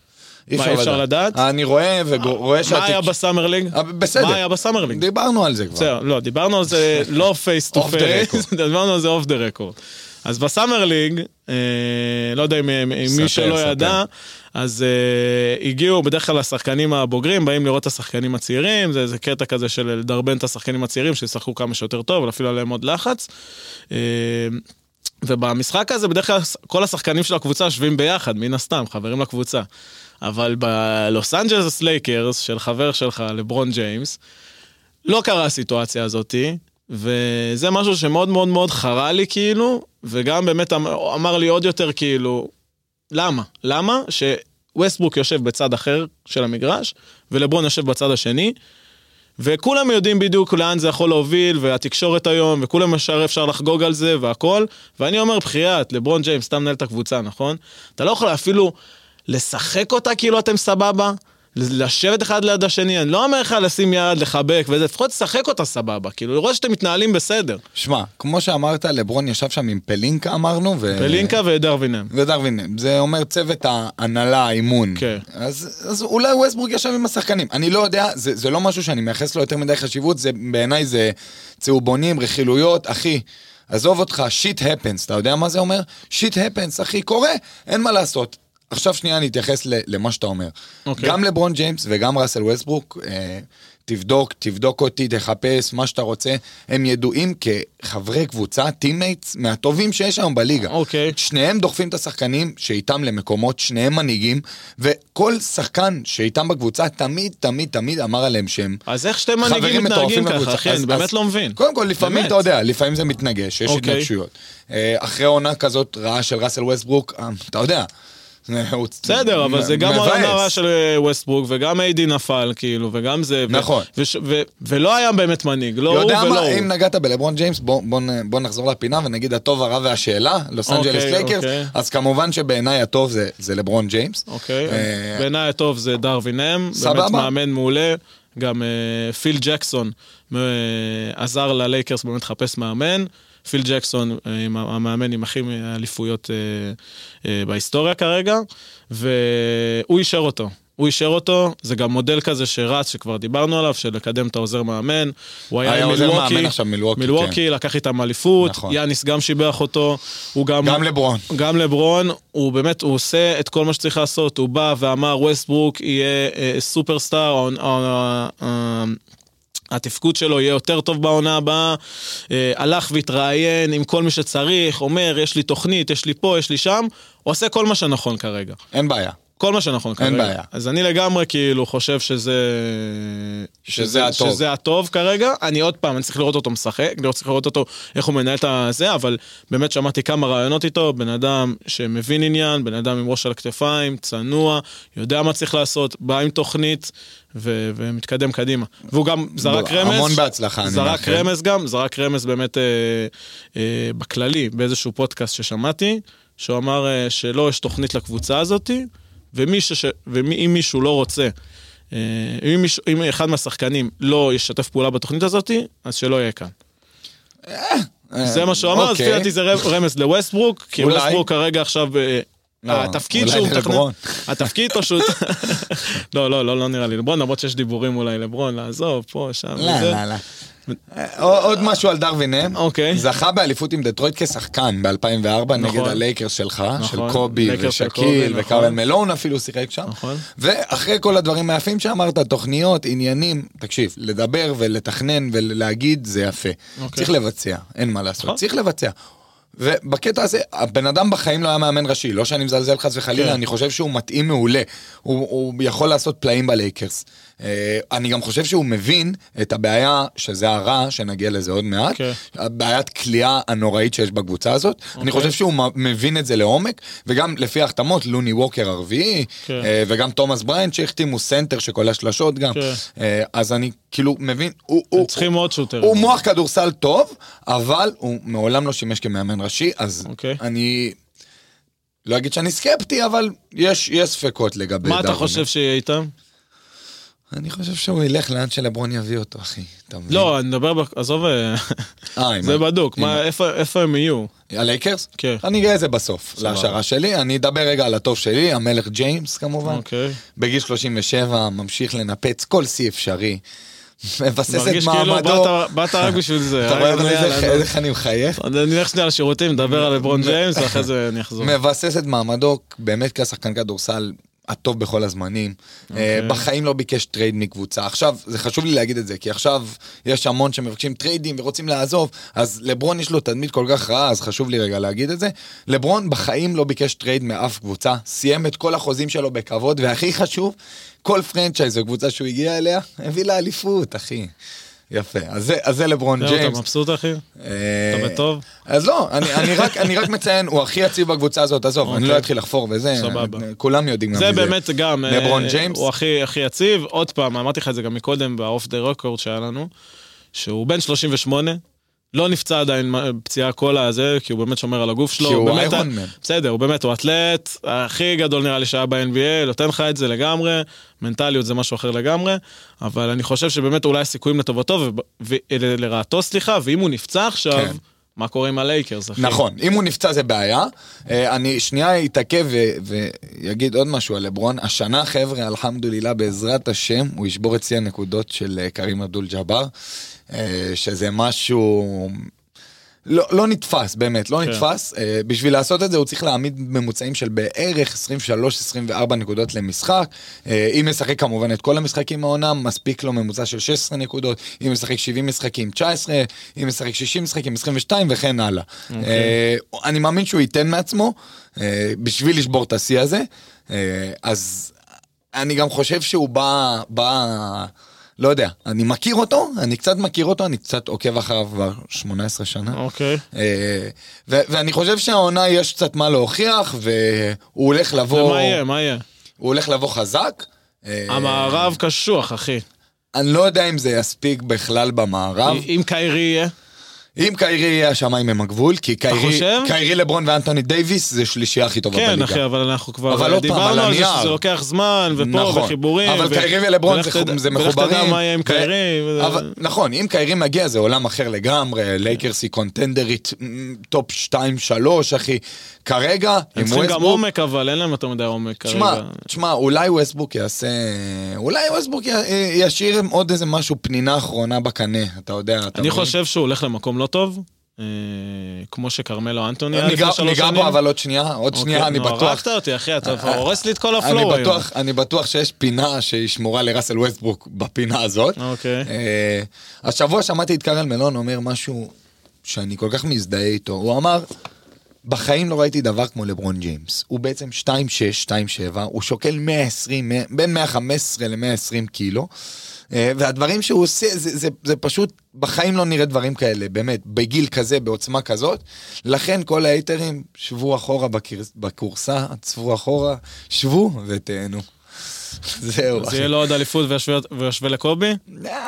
Speaker 1: מה, אי אפשר לדעת?
Speaker 2: אני רואה ורואה
Speaker 1: מה היה בסאמר ליג?
Speaker 2: אה, בסדר.
Speaker 1: מה היה בסאמר ליג?
Speaker 2: דיברנו על זה כבר.
Speaker 1: בסדר, לא, דיברנו על זה לא פייס טו
Speaker 2: Off the
Speaker 1: פייס,
Speaker 2: record.
Speaker 1: דיברנו על זה אוף דה רקורד. אז בסאמר ליג, אה, לא יודע אם אם
Speaker 2: ספר,
Speaker 1: מי שלא
Speaker 2: ספר.
Speaker 1: ידע, אז אה, הגיעו בדרך כלל השחקנים הבוגרים, באים לראות את השחקנים הצעירים, זה איזה קטע כזה של לדרבן את השחקנים הצעירים, שישחקו כמה שיותר טוב, להפעיל עליהם עוד לחץ. אה, ובמשחק הזה בדרך כלל כל השחקנים של הקבוצה יושבים ביחד, מן הסתם, חברים לקבוצה. אבל בלוס אנג'לס לייקרס של חבר שלך, לברון ג'יימס, לא קרה הסיטואציה הזאתי, וזה משהו שמאוד מאוד מאוד חרה לי כאילו, וגם באמת אמ- אמר לי עוד יותר כאילו, למה? למה שווסטברוק יושב בצד אחר של המגרש, ולברון יושב בצד השני, וכולם יודעים בדיוק לאן זה יכול להוביל, והתקשורת היום, וכולם ישר אפשר לחגוג על זה והכל, ואני אומר, בחייאת, לברון ג'יימס, אתה מנהל את הקבוצה, נכון? אתה לא יכול אפילו לשחק אותה כאילו אתם סבבה, לשבת אחד ליד השני, אני לא אומר לך לשים יד, לחבק וזה, לפחות תשחק אותה סבבה, כאילו לראות שאתם מתנהלים בסדר.
Speaker 2: שמע, כמו שאמרת, לברון ישב שם עם פלינקה אמרנו, ו...
Speaker 1: פלינקה ודרווינם.
Speaker 2: ודרווין, זה אומר צוות ההנהלה, האימון.
Speaker 1: כן.
Speaker 2: אז, אז אולי ווסטבורג ישב עם השחקנים. אני לא יודע, זה, זה לא משהו שאני מייחס לו יותר מדי חשיבות, זה בעיניי זה צהובונים, רכילויות, אחי. עזוב אותך, שיט הפנס, אתה יודע מה זה אומר? שיט הפנס, אחי, קורה, אין מה לעשות. עכשיו שנייה אני אתייחס ל- למה שאתה אומר.
Speaker 1: אוקיי.
Speaker 2: גם לברון ג'יימס וגם ראסל ווסטברוק, אה, תבדוק, תבדוק אותי, תחפש, מה שאתה רוצה. הם ידועים כחברי קבוצה, טימייטס, מהטובים שיש היום בליגה.
Speaker 1: אוקיי.
Speaker 2: שניהם דוחפים את השחקנים שאיתם למקומות, שניהם מנהיגים, וכל שחקן שאיתם בקבוצה תמיד, תמיד, תמיד אמר עליהם שהם
Speaker 1: אז איך שתי
Speaker 2: חברים
Speaker 1: מנהיגים
Speaker 2: מטורפים
Speaker 1: מתנהגים ככה,
Speaker 2: לקבוצה.
Speaker 1: אחי, אני
Speaker 2: אז-
Speaker 1: באמת
Speaker 2: אז-
Speaker 1: לא מבין.
Speaker 2: קודם כל, לפעמים,
Speaker 1: באמת.
Speaker 2: אתה יודע, לפעמים זה מתנגש, יש
Speaker 1: אוקיי.
Speaker 2: התנגשויות. אה, אחרי עונה כזאת רעה של ראסל ווסטברוק, אה, אתה יודע. הוא
Speaker 1: בסדר, אבל זה גם
Speaker 2: מבאס.
Speaker 1: העונה הרעה של אה, ווסטברוק, וגם איידי נפל, כאילו, וגם זה... ו-
Speaker 2: נכון.
Speaker 1: וש- ו- ולא היה באמת מנהיג, לא הוא
Speaker 2: יודע
Speaker 1: ולא
Speaker 2: מה,
Speaker 1: הוא.
Speaker 2: אם נגעת בלברון ג'יימס, בוא, בוא, נ- בוא נחזור לפינה ונגיד הטוב, הרע והשאלה, לוס
Speaker 1: אוקיי,
Speaker 2: אנג'לס לייקרס,
Speaker 1: אוקיי.
Speaker 2: אז כמובן שבעיניי הטוב זה, זה לברון ג'יימס.
Speaker 1: אוקיי,
Speaker 2: אה,
Speaker 1: בעיניי הטוב זה דרווין אם,
Speaker 2: סבבה.
Speaker 1: באמת מאמן מעולה, גם אה, פיל ג'קסון אה, עזר ללייקרס באמת לחפש מאמן. פיל ג'קסון, אה, עם ה- המאמן עם הכי אליפויות אה, אה, בהיסטוריה כרגע, והוא אישר אותו. הוא אישר אותו, זה גם מודל כזה שרץ, שכבר דיברנו עליו, של לקדם את העוזר מאמן. הוא היה,
Speaker 2: היה
Speaker 1: עם
Speaker 2: עוזר
Speaker 1: מילווקי,
Speaker 2: מאמן עכשיו, מילווקי, כן.
Speaker 1: מילווקי, לקח איתם אליפות,
Speaker 2: נכון.
Speaker 1: יאניס גם שיבח אותו, הוא גם...
Speaker 2: גם לברון.
Speaker 1: גם לברון, הוא באמת, הוא עושה את כל מה שצריך לעשות. הוא בא ואמר, ווסטברוק יהיה אה, סופרסטאר, העונ- ה- ה- התפקוד שלו יהיה יותר טוב בעונה הבאה. אה, הלך והתראיין עם כל מי שצריך, אומר, יש לי תוכנית, יש לי פה, יש לי שם. הוא עושה כל מה שנכון כרגע.
Speaker 2: אין בעיה.
Speaker 1: כל מה שנכון כרגע.
Speaker 2: אין בעיה.
Speaker 1: אז אני לגמרי כאילו חושב שזה...
Speaker 2: שזה הטוב.
Speaker 1: שזה הטוב כרגע. אני עוד פעם, אני צריך לראות אותו משחק, אני צריך לראות אותו איך הוא מנהל את הזה, אבל באמת שמעתי כמה רעיונות איתו, בן אדם שמבין עניין, בן אדם עם ראש על הכתפיים, צנוע, יודע מה צריך לעשות, בא עם תוכנית. ו- ומתקדם קדימה. והוא גם זרק
Speaker 2: בוא,
Speaker 1: רמז.
Speaker 2: לא, המון בהצלחה, אני
Speaker 1: זרק
Speaker 2: מאחל.
Speaker 1: רמז גם, זרק רמז באמת אה, אה, בכללי, באיזשהו פודקאסט ששמעתי, שהוא אמר אה, שלא, יש תוכנית לקבוצה הזאתי, ומי ש- ש- ומי- אם מישהו לא רוצה, אה, אם, מישהו, אם אחד מהשחקנים לא ישתף פעולה בתוכנית הזאתי, אז שלא יהיה כאן. זה מה שהוא אמר, אז לפי
Speaker 2: אוקיי.
Speaker 1: דעתי זה ר- רמז לווסטברוק, כי
Speaker 2: אולי.
Speaker 1: ווסטברוק כרגע עכשיו, אה,
Speaker 2: לא,
Speaker 1: התפקיד
Speaker 2: אולי
Speaker 1: שהוא מתכנן,
Speaker 2: ללברון.
Speaker 1: התפקיד פשוט, לא, לא, לא, לא נראה לי לברון, למרות שיש דיבורים אולי לברון, לעזוב, פה, שם,
Speaker 2: לא,
Speaker 1: וזה.
Speaker 2: לא, לא. אה, עוד משהו על דרווין הם.
Speaker 1: אוקיי.
Speaker 2: זכה באליפות עם דטרויט כשחקן ב-2004 נגד
Speaker 1: נכון.
Speaker 2: הלייקרס שלך, של
Speaker 1: נכון.
Speaker 2: קובי
Speaker 1: לייקרס של
Speaker 2: ושקיל
Speaker 1: קובי,
Speaker 2: וקרל
Speaker 1: נכון.
Speaker 2: מלון אפילו שיחק שם.
Speaker 1: נכון.
Speaker 2: ואחרי כל הדברים היפים שאמרת, תוכניות, עניינים, תקשיב, לדבר ולתכנן ולהגיד זה יפה.
Speaker 1: אוקיי.
Speaker 2: צריך לבצע, אין מה לעשות,
Speaker 1: נכון.
Speaker 2: צריך לבצע. ובקטע הזה, הבן אדם בחיים לא היה מאמן ראשי, לא שאני מזלזל חס וחלילה,
Speaker 1: כן.
Speaker 2: אני חושב שהוא מתאים מעולה. הוא, הוא יכול לעשות פלאים בלייקרס. אה, אני גם חושב שהוא מבין את הבעיה, שזה הרע, שנגיע לזה עוד מעט,
Speaker 1: כן.
Speaker 2: הבעיית כליאה הנוראית שיש בקבוצה הזאת.
Speaker 1: אוקיי.
Speaker 2: אני חושב שהוא מ- מבין את זה לעומק, וגם לפי ההחתמות, לוני ווקר הרביעי,
Speaker 1: כן.
Speaker 2: אה, וגם תומאס בריינט שהחתימו סנטר שקולע שלשות גם.
Speaker 1: כן.
Speaker 2: אה, אז אני כאילו מבין, הוא... הוא-
Speaker 1: צריכים עוד שוטר.
Speaker 2: הוא מוח כדורסל טוב, אבל הוא מעולם לא שימש כמאמן ראשי, אז
Speaker 1: אוקיי.
Speaker 2: אני לא אגיד שאני סקפטי, אבל יש יש ספקות לגבי
Speaker 1: מה אתה
Speaker 2: דרווין.
Speaker 1: חושב שיהיה איתם?
Speaker 2: אני חושב שהוא ילך לאן שלברון יביא אותו, אחי. אתה מבין?
Speaker 1: לא, אני מדבר, בק- עזוב, אה,
Speaker 2: אה, עם
Speaker 1: זה
Speaker 2: ה-
Speaker 1: בדוק, מה, איפה- איפה הם יהיו?
Speaker 2: הלייקרס?
Speaker 1: כן.
Speaker 2: אני אגיע לזה בסוף, להשערה שלי. אני אדבר רגע על הטוב שלי, המלך ג'יימס כמובן.
Speaker 1: אוקיי.
Speaker 2: בגיל 37 ממשיך לנפץ כל שיא אפשרי. מבסס את
Speaker 1: מרגיש כאילו
Speaker 2: מעמדו.
Speaker 1: באת- באת רק בשביל זה.
Speaker 2: אתה
Speaker 1: אה,
Speaker 2: רואה אבל
Speaker 1: יאללה,
Speaker 2: איזה-
Speaker 1: נו.
Speaker 2: איך אני מחייך?
Speaker 1: אז אני אלך שנייה לשירותים, נדבר על לברון ג'יימס, ואחרי זה אני אחזור.
Speaker 2: מבסס את מעמדו באמת כשחקן כדורסל הטוב בכל הזמנים. אה, בחיים לא ביקש טרייד מקבוצה. עכשיו, זה חשוב לי להגיד את זה, כי עכשיו יש המון שמבקשים טריידים ורוצים לעזוב, אז לברון יש לו תדמית כל כך רעה, אז חשוב לי רגע להגיד את זה. לברון בחיים לא ביקש טרייד מאף קבוצה, סיים את כל החוזים שלו בכבוד, והכי חשוב, כל פרנצ'ייז או קבוצה שהוא הגיע אליה, הביא לה אליפות, אחי. יפה, אז זה, אז זה לברון
Speaker 1: זהו,
Speaker 2: ג'יימס.
Speaker 1: אתה מבסוט אחי?
Speaker 2: אה,
Speaker 1: אתה בטוב?
Speaker 2: אז לא, אני, אני, רק, אני רק מציין, הוא הכי יציב בקבוצה הזאת, עזוב, אני
Speaker 1: אוקיי.
Speaker 2: לא אתחיל לחפור וזה,
Speaker 1: סבבה.
Speaker 2: כולם יודעים גם
Speaker 1: זה
Speaker 2: מזה.
Speaker 1: באמת גם, אה,
Speaker 2: לברון ג'יימס,
Speaker 1: הוא הכי הכי יציב, עוד פעם, אמרתי לך את זה גם מקודם באוף דה רקורד שהיה לנו, שהוא בן 38, לא נפצע עדיין מה- פציעה כל הזה, כי הוא באמת שומר על הגוף שלו,
Speaker 2: כי הוא
Speaker 1: באמת-
Speaker 2: איירון מן.
Speaker 1: בסדר, הוא באמת, הוא אתלט, הכי גדול נראה לי שהיה ב-NBA, נותן לך את זה לגמרי, מנטליות זה משהו אחר לגמרי, אבל אני חושב שבאמת אולי הסיכויים לטובתו, ולרעתו סליחה, ואם הוא נפצע עכשיו,
Speaker 2: כן.
Speaker 1: מה קורה עם הלייקרס, אחי?
Speaker 2: נכון, אם הוא נפצע זה בעיה. אה, אני שנייה אתעכב ו- ואגיד עוד משהו על לברון. השנה, חבר'ה, אלחמדולילה, בעזרת השם, הוא ישבור את שיא הנקודות של אה, קרים אבדול ג'אבר, אה, שזה משהו... לא, לא נתפס, באמת, לא
Speaker 1: כן.
Speaker 2: נתפס. אה, בשביל לעשות את זה הוא צריך להעמיד ממוצעים של בערך 23-24 נקודות למשחק. אה, אם ישחק כמובן את כל המשחקים העונה, מספיק לו ממוצע של 16 נקודות. אם ישחק 70 משחקים, 19, אם ישחק 60 משחקים, 22 וכן הלאה. אה, אני מאמין שהוא ייתן מעצמו אה, בשביל לשבור את השיא הזה. אה, אז אני גם חושב שהוא בא, בא, לא יודע, אני מכיר אותו, אני קצת מכיר אותו, אני קצת עוקב אחריו כבר 18 שנה.
Speaker 1: אוקיי.
Speaker 2: אה, ו- ואני חושב שהעונה יש קצת מה להוכיח, והוא הולך לבוא,
Speaker 1: ומה יהיה, מה יהיה?
Speaker 2: הוא הולך לבוא חזק. אה,
Speaker 1: המערב קשוח, אחי.
Speaker 2: אני לא יודע אם זה יספיק בכלל במערב.
Speaker 1: אם קיירי יהיה...
Speaker 2: אם קיירי יהיה השמיים הם הגבול, כי קיירי,
Speaker 1: אה. חושב?
Speaker 2: קיירי לברון ואנטוני דייוויס זה שלישייה הכי טובה
Speaker 1: כן,
Speaker 2: בליגה.
Speaker 1: אחי, אבל אנחנו כבר
Speaker 2: אבל עוד פעם, על
Speaker 1: דיברנו על זה
Speaker 2: הנייר.
Speaker 1: שזה לוקח זמן, ופה,
Speaker 2: נכון.
Speaker 1: וחיבורים.
Speaker 2: אבל
Speaker 1: ו-
Speaker 2: קיירי ולברון
Speaker 1: ולך
Speaker 2: זה,
Speaker 1: תדע-
Speaker 2: חוב- זה
Speaker 1: ולך
Speaker 2: מחוברים.
Speaker 1: תדע מה יהיה עם
Speaker 2: ו-
Speaker 1: קיירי. וזה-
Speaker 2: אבל, נכון, אם קיירי מגיע זה עולם אחר לגמרי, לייקרס היא קונטנדרית מ, טופ 2-3 אחי. כרגע,
Speaker 1: הם
Speaker 2: עם
Speaker 1: צריכים גם
Speaker 2: ווסטברוק,
Speaker 1: עומק, אבל אין להם יותר מדי עומק
Speaker 2: תשמע,
Speaker 1: כרגע.
Speaker 2: תשמע, אולי ווסטבוק יעשה... אולי ווסטבוק י- אה, ישאיר עוד איזה משהו פנינה אחרונה בקנה, אתה יודע. אתה
Speaker 1: אני
Speaker 2: מבין?
Speaker 1: חושב שהוא הולך למקום לא טוב, אה, כמו שכרמלו אנטוני היה
Speaker 2: אה, ניגע-
Speaker 1: לפני שלוש שנים. אוקיי,
Speaker 2: ניגע בו אבל עוד שנייה, עוד שנייה, אני
Speaker 1: נו,
Speaker 2: בטוח. אה,
Speaker 1: הרגת אותי, אחי, אתה כבר הורס לי את כל
Speaker 2: אני
Speaker 1: הפלואו היום.
Speaker 2: בטוח, אני בטוח שיש פינה שהיא שמורה לראסל ווסטברוק בפינה הזאת.
Speaker 1: אוקיי.
Speaker 2: אה, השבוע שמעתי את קרל מלון אומר משהו שאני כל כך מזדהה איתו. הוא אמר, בחיים לא ראיתי דבר כמו לברון ג'יימס. הוא בעצם 2.6, 2.7, הוא שוקל 120, מאה- בין 115 ל-120 קילו. אה, והדברים שהוא עושה, זה, זה, זה פשוט, בחיים לא נראה דברים כאלה, באמת, בגיל כזה, בעוצמה כזאת. לכן כל ההייטרים, שבו אחורה בקרס, בקורסה, צבו אחורה, שבו ותהנו. זהו. לא,
Speaker 1: זה יהיה לו עוד אליפות וישווה- וישווה לקובי?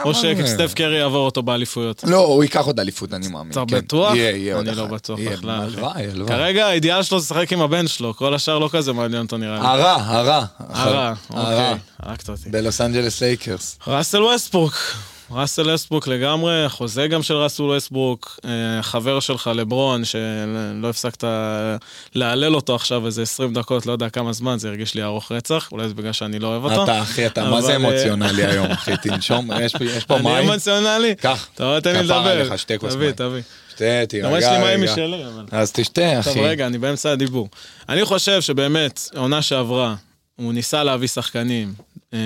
Speaker 1: או שסטף קרי יעבור אותו באליפויות.
Speaker 2: לא, הוא ייקח עוד אליפות, אני מאמין.
Speaker 1: אתה
Speaker 2: כן.
Speaker 1: בטוח?
Speaker 2: יהיה, יהיה עוד
Speaker 1: אני לא
Speaker 2: אחת.
Speaker 1: בטוח
Speaker 2: יהיה,
Speaker 1: בכלל. אחי.
Speaker 2: הלוואי, הלוואי.
Speaker 1: כרגע האידיאל שלו זה לשחק עם הבן שלו, כל השאר לא כזה מעניין אותו נראה לי.
Speaker 2: הרע, הרע.
Speaker 1: הרע,
Speaker 2: הרע.
Speaker 1: אוקיי, הרגת אותי.
Speaker 2: בלוס אנג'לס לייקרס.
Speaker 1: ראסל ווסטברוק, ראסל ווסטברוק לגמרי, החוזה גם של ראסל ווסטברוק, אה, חבר שלך לברון, שלא הפסקת אה, להלל אותו עכשיו איזה 20 דקות, לא יודע כמה זמן, זה הרגיש לי ארוך רצח, אולי זה בגלל שאני לא אוהב אותו.
Speaker 2: אתה אחי, אתה מה זה
Speaker 1: אבל, אה,
Speaker 2: אמוציונלי היום, אחי, תנשום, יש פה- יש פה
Speaker 1: אני
Speaker 2: מים.
Speaker 1: אמוציונלי?
Speaker 2: קח,
Speaker 1: אתה רואה, תן לי
Speaker 2: כפרה
Speaker 1: לדבר.
Speaker 2: עליך, שתי כוס
Speaker 1: תביא,
Speaker 2: מים.
Speaker 1: תביא.
Speaker 2: שתה,
Speaker 1: גם יש לי
Speaker 2: תירגע
Speaker 1: מים
Speaker 2: רגע.
Speaker 1: משלי, אבל.
Speaker 2: אז תשתה,
Speaker 1: טוב,
Speaker 2: אחי.
Speaker 1: רגע, אני באמצע הדיבור. אני חושב שבאמת, העונה שעברה, הוא ניסה להביא שחקנים אה,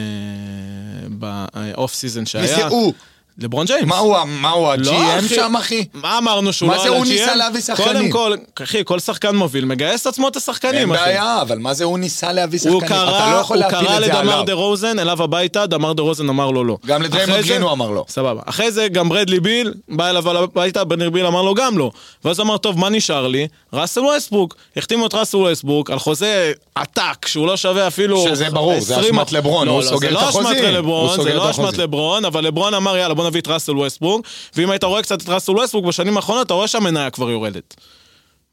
Speaker 1: באוף סיזן
Speaker 2: ניסה-
Speaker 1: שהיה.
Speaker 2: הוא,
Speaker 1: לברון ג'יימס.
Speaker 2: מה הוא, ה- מה הוא,
Speaker 1: לא,
Speaker 2: ה-GM
Speaker 1: אחי.
Speaker 2: שם, אחי?
Speaker 1: מה אמרנו שהוא
Speaker 2: מה
Speaker 1: לא
Speaker 2: זה
Speaker 1: על
Speaker 2: הוא
Speaker 1: ה-GM?
Speaker 2: ניסה להביא
Speaker 1: קודם
Speaker 2: שחקנים?
Speaker 1: כל, אחי, כל שחקן מוביל מגייס את עצמו את השחקנים,
Speaker 2: אין
Speaker 1: אחי.
Speaker 2: בעיה, אבל מה זה הוא ניסה להביא שחקנים?
Speaker 1: הוא
Speaker 2: אתה לא
Speaker 1: קרא,
Speaker 2: יכול
Speaker 1: הוא
Speaker 2: להפיל
Speaker 1: קרא
Speaker 2: את זה
Speaker 1: לדמר
Speaker 2: עליו.
Speaker 1: דה רוזן אליו הביתה, דמר דה רוזן אמר לו לא.
Speaker 2: גם לדריימונד
Speaker 1: אחרי זה-
Speaker 2: גרין הוא אמר לא.
Speaker 1: סבבה. אחרי זה גם ברדלי ביל בא אליו הביתה, ברדלי ביל אמר לו גם לא. ואז הוא אמר, טוב, מה נשאר לי? ראסל וייסברוק. החתימו את ראסל וייסברוק על חוזה עתק, שהוא לא שווה אפילו...
Speaker 2: שזה ברור, זה
Speaker 1: 20
Speaker 2: אשמת לברון,
Speaker 1: לא,
Speaker 2: הוא
Speaker 1: לא,
Speaker 2: סוגר את
Speaker 1: זה לא
Speaker 2: החוזים.
Speaker 1: אשמת
Speaker 2: הוא
Speaker 1: לברון,
Speaker 2: סוגר
Speaker 1: זה
Speaker 2: את
Speaker 1: לא אשמת
Speaker 2: החוזים.
Speaker 1: לברון, אבל לברון אמר, יאללה, בוא נביא את ראסל וייסברוק. ואם היית רואה קצת את ראסל וייסברוק בשנים האחרונות, אתה רואה שהמניה כבר יורדת.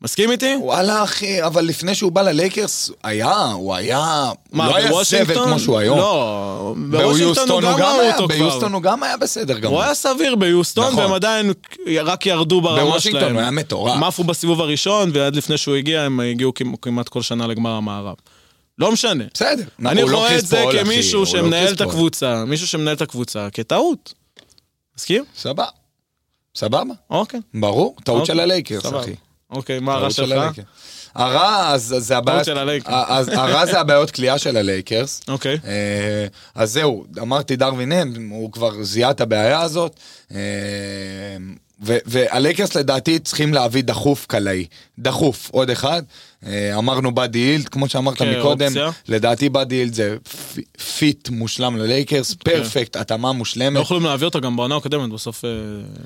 Speaker 1: מסכים איתי?
Speaker 2: וואלה אחי, אבל לפני שהוא בא ללייקרס, היה, הוא היה,
Speaker 1: מה,
Speaker 2: לא היה סבל
Speaker 1: בוושינגטון?
Speaker 2: כמו שהוא היום.
Speaker 1: לא, בוושינגטון הוא
Speaker 2: ביוסטון
Speaker 1: גם ראו
Speaker 2: היה,
Speaker 1: אותו כבר.
Speaker 2: ביוסטון הוא גם היה בסדר גמור.
Speaker 1: הוא היה סביר ביוסטון,
Speaker 2: נכון.
Speaker 1: והם עדיין רק ירדו ברמה שלהם.
Speaker 2: בוושינגטון הוא היה מטורף.
Speaker 1: הם עפו בסיבוב הראשון, ועד לפני שהוא הגיע, הם הגיעו כמ- כמעט כל שנה לגמר המערב. לא משנה.
Speaker 2: בסדר.
Speaker 1: אני
Speaker 2: הוא לא
Speaker 1: רואה
Speaker 2: קריס
Speaker 1: את זה
Speaker 2: פול, אחי,
Speaker 1: כמישהו
Speaker 2: הוא לא
Speaker 1: שמנהל
Speaker 2: קריס
Speaker 1: את
Speaker 2: פול.
Speaker 1: הקבוצה, מישהו שמנהל את הקבוצה, כטעות. מסכים?
Speaker 2: סבבה. סבבה,
Speaker 1: אוקיי.
Speaker 2: ברור, טעות
Speaker 1: אוקיי,
Speaker 2: של הלייקרס
Speaker 1: סבבה.
Speaker 2: אחי.
Speaker 1: אוקיי, מה הרע
Speaker 2: טעות של
Speaker 1: שלך?
Speaker 2: הלייקרס. הרע אז- אז זה הבעיה,
Speaker 1: של הלייקרס.
Speaker 2: אז הרע זה הבעיות כליאה של הלייקרס.
Speaker 1: אוקיי.
Speaker 2: אה, אז זהו, אמרתי דרווין הם, הוא כבר זיהה את הבעיה הזאת. אה, ו- והלייקרס לדעתי צריכים להביא דחוף קלעי, דחוף, עוד אחד. אה, אמרנו באדי הילד, כמו שאמרת
Speaker 1: כן,
Speaker 2: מקודם,
Speaker 1: אופציה.
Speaker 2: לדעתי באדי הילד זה פ- פיט מושלם ללייקרס,
Speaker 1: אוקיי.
Speaker 2: פרפקט, התאמה
Speaker 1: לא
Speaker 2: מושלמת.
Speaker 1: יכולים להביא אותו גם בעונה הקודמת, בסוף אה,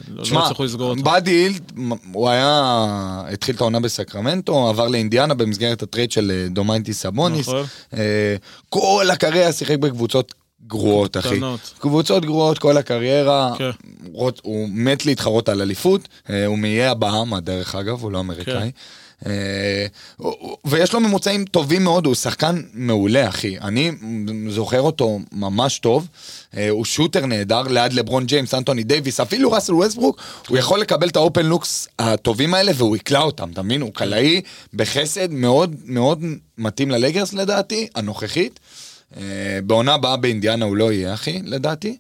Speaker 1: לא לא הצליחו לסגור אותו.
Speaker 2: באדי הילד, מ- הוא היה, התחיל את העונה בסקרמנטו, עבר לאינדיאנה במסגרת הטרייד של אה, דומנטי סבוניס.
Speaker 1: נכון.
Speaker 2: אה, כל הקריירה שיחק בקבוצות גרועות, אחי.
Speaker 1: קטנות.
Speaker 2: קבוצות גרועות כל הקריירה.
Speaker 1: כן.
Speaker 2: רוצ- הוא מת להתחרות על אליפות, אה, הוא מאיי הבאמה דרך אגב, הוא לא אמריקאי. אה, הוא- הוא- ויש לו ממוצעים טובים מאוד, הוא שחקן מעולה אחי, אני זוכר אותו ממש טוב, אה, הוא שוטר נהדר ליד לברון ג'יימס, אנטוני דייוויס, אפילו ראסל ווסטברוק, הוא יכול לקבל את האופן לוקס הטובים האלה והוא יקלע אותם, אתה מבין? הוא קלעי בחסד מאוד מאוד מתאים ללגרס לדעתי, הנוכחית. אה, בעונה הבאה באינדיאנה הוא לא יהיה אחי, לדעתי.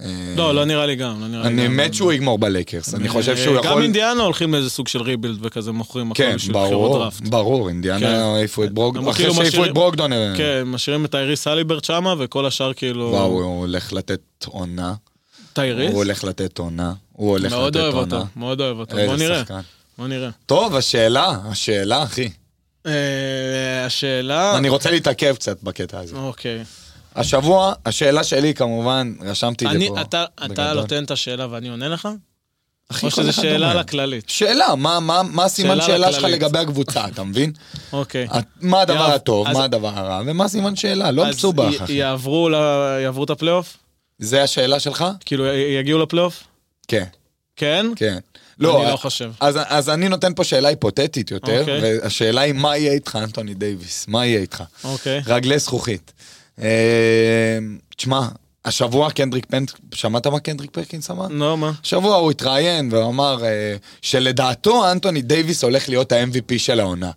Speaker 2: אה,
Speaker 1: לא, לא נראה לי גם, לא נראה לי גם.
Speaker 2: אני מת שהוא יגמור בלייקרס, אני חושב שהוא
Speaker 1: אה, גם
Speaker 2: יכול...
Speaker 1: אינדיאנה הולכים לאיזה סוג של ריבילד וכזה מוכרים הכל
Speaker 2: כן,
Speaker 1: בשביל בחירות
Speaker 2: ברור,
Speaker 1: דראפט.
Speaker 2: ברור,
Speaker 1: כן.
Speaker 2: אינדיאנה העיפו את ברוגדון,
Speaker 1: הם
Speaker 2: אחרי
Speaker 1: כאילו
Speaker 2: שהעיפו
Speaker 1: משאירים-
Speaker 2: את ברוגדון, אה,
Speaker 1: כן, משאירים את טייריס הליברט שמה, וכל השאר כאילו...
Speaker 2: וואו, הוא הולך לתת עונה,
Speaker 1: טייריס?
Speaker 2: הוא הולך לתת עונה, הוא הולך לתת עונה.
Speaker 1: מאוד אוהב אותו, מאוד אוהב אותו.
Speaker 2: איזה
Speaker 1: בוא נראה,
Speaker 2: שחקן.
Speaker 1: בוא נראה.
Speaker 2: טוב, השאלה, השאלה, אחי.
Speaker 1: אה, השאלה...
Speaker 2: אני רוצה להתעכב קצת בקטע הזה.
Speaker 1: אוקיי.
Speaker 2: השבוע, השאלה שלי כמובן, רשמתי את זה
Speaker 1: אני-
Speaker 2: פה.
Speaker 1: אתה- לא- אתה
Speaker 2: בגדול.
Speaker 1: נותן את השאלה ואני עונה לך?
Speaker 2: אחי,
Speaker 1: או
Speaker 2: כל
Speaker 1: שזו
Speaker 2: אחד
Speaker 1: שאלה
Speaker 2: אומר.
Speaker 1: לכללית?
Speaker 2: שאלה, מה- מה מה הסימן
Speaker 1: שאלה
Speaker 2: שאלה שלך
Speaker 1: לכללית.
Speaker 2: לגבי הקבוצה, אתה מבין?
Speaker 1: אוקיי.
Speaker 2: את- מה הדבר
Speaker 1: יאב,
Speaker 2: הטוב,
Speaker 1: אז-
Speaker 2: מה הדבר הרע, ומה הסימן שאלה, אה, לא
Speaker 1: אז
Speaker 2: מסובך,
Speaker 1: י-
Speaker 2: אחי.
Speaker 1: יעברו ל- יעברו את הפלייאוף?
Speaker 2: זה השאלה שלך?
Speaker 1: כאילו, י- יגיעו לפלייאוף?
Speaker 2: כן,
Speaker 1: כן?
Speaker 2: כן. לא,
Speaker 1: אני
Speaker 2: אה,
Speaker 1: לא חושב.
Speaker 2: אז, אז אני נותן פה שאלה היפותטית יותר,
Speaker 1: אוקיי.
Speaker 2: והשאלה היא מה יהיה איתך, אנטוני דייוויס? מה יהיה איתך?
Speaker 1: אוקיי.
Speaker 2: רגלי זכוכית. אה, תשמע, השבוע קנדריק פנט, שמעת מה קנדריק פרקינס אמר?
Speaker 1: נו, לא, מה?
Speaker 2: השבוע הוא התראיין ואמר אה, שלדעתו אנטוני דייוויס הולך להיות ה-MVP של העונה.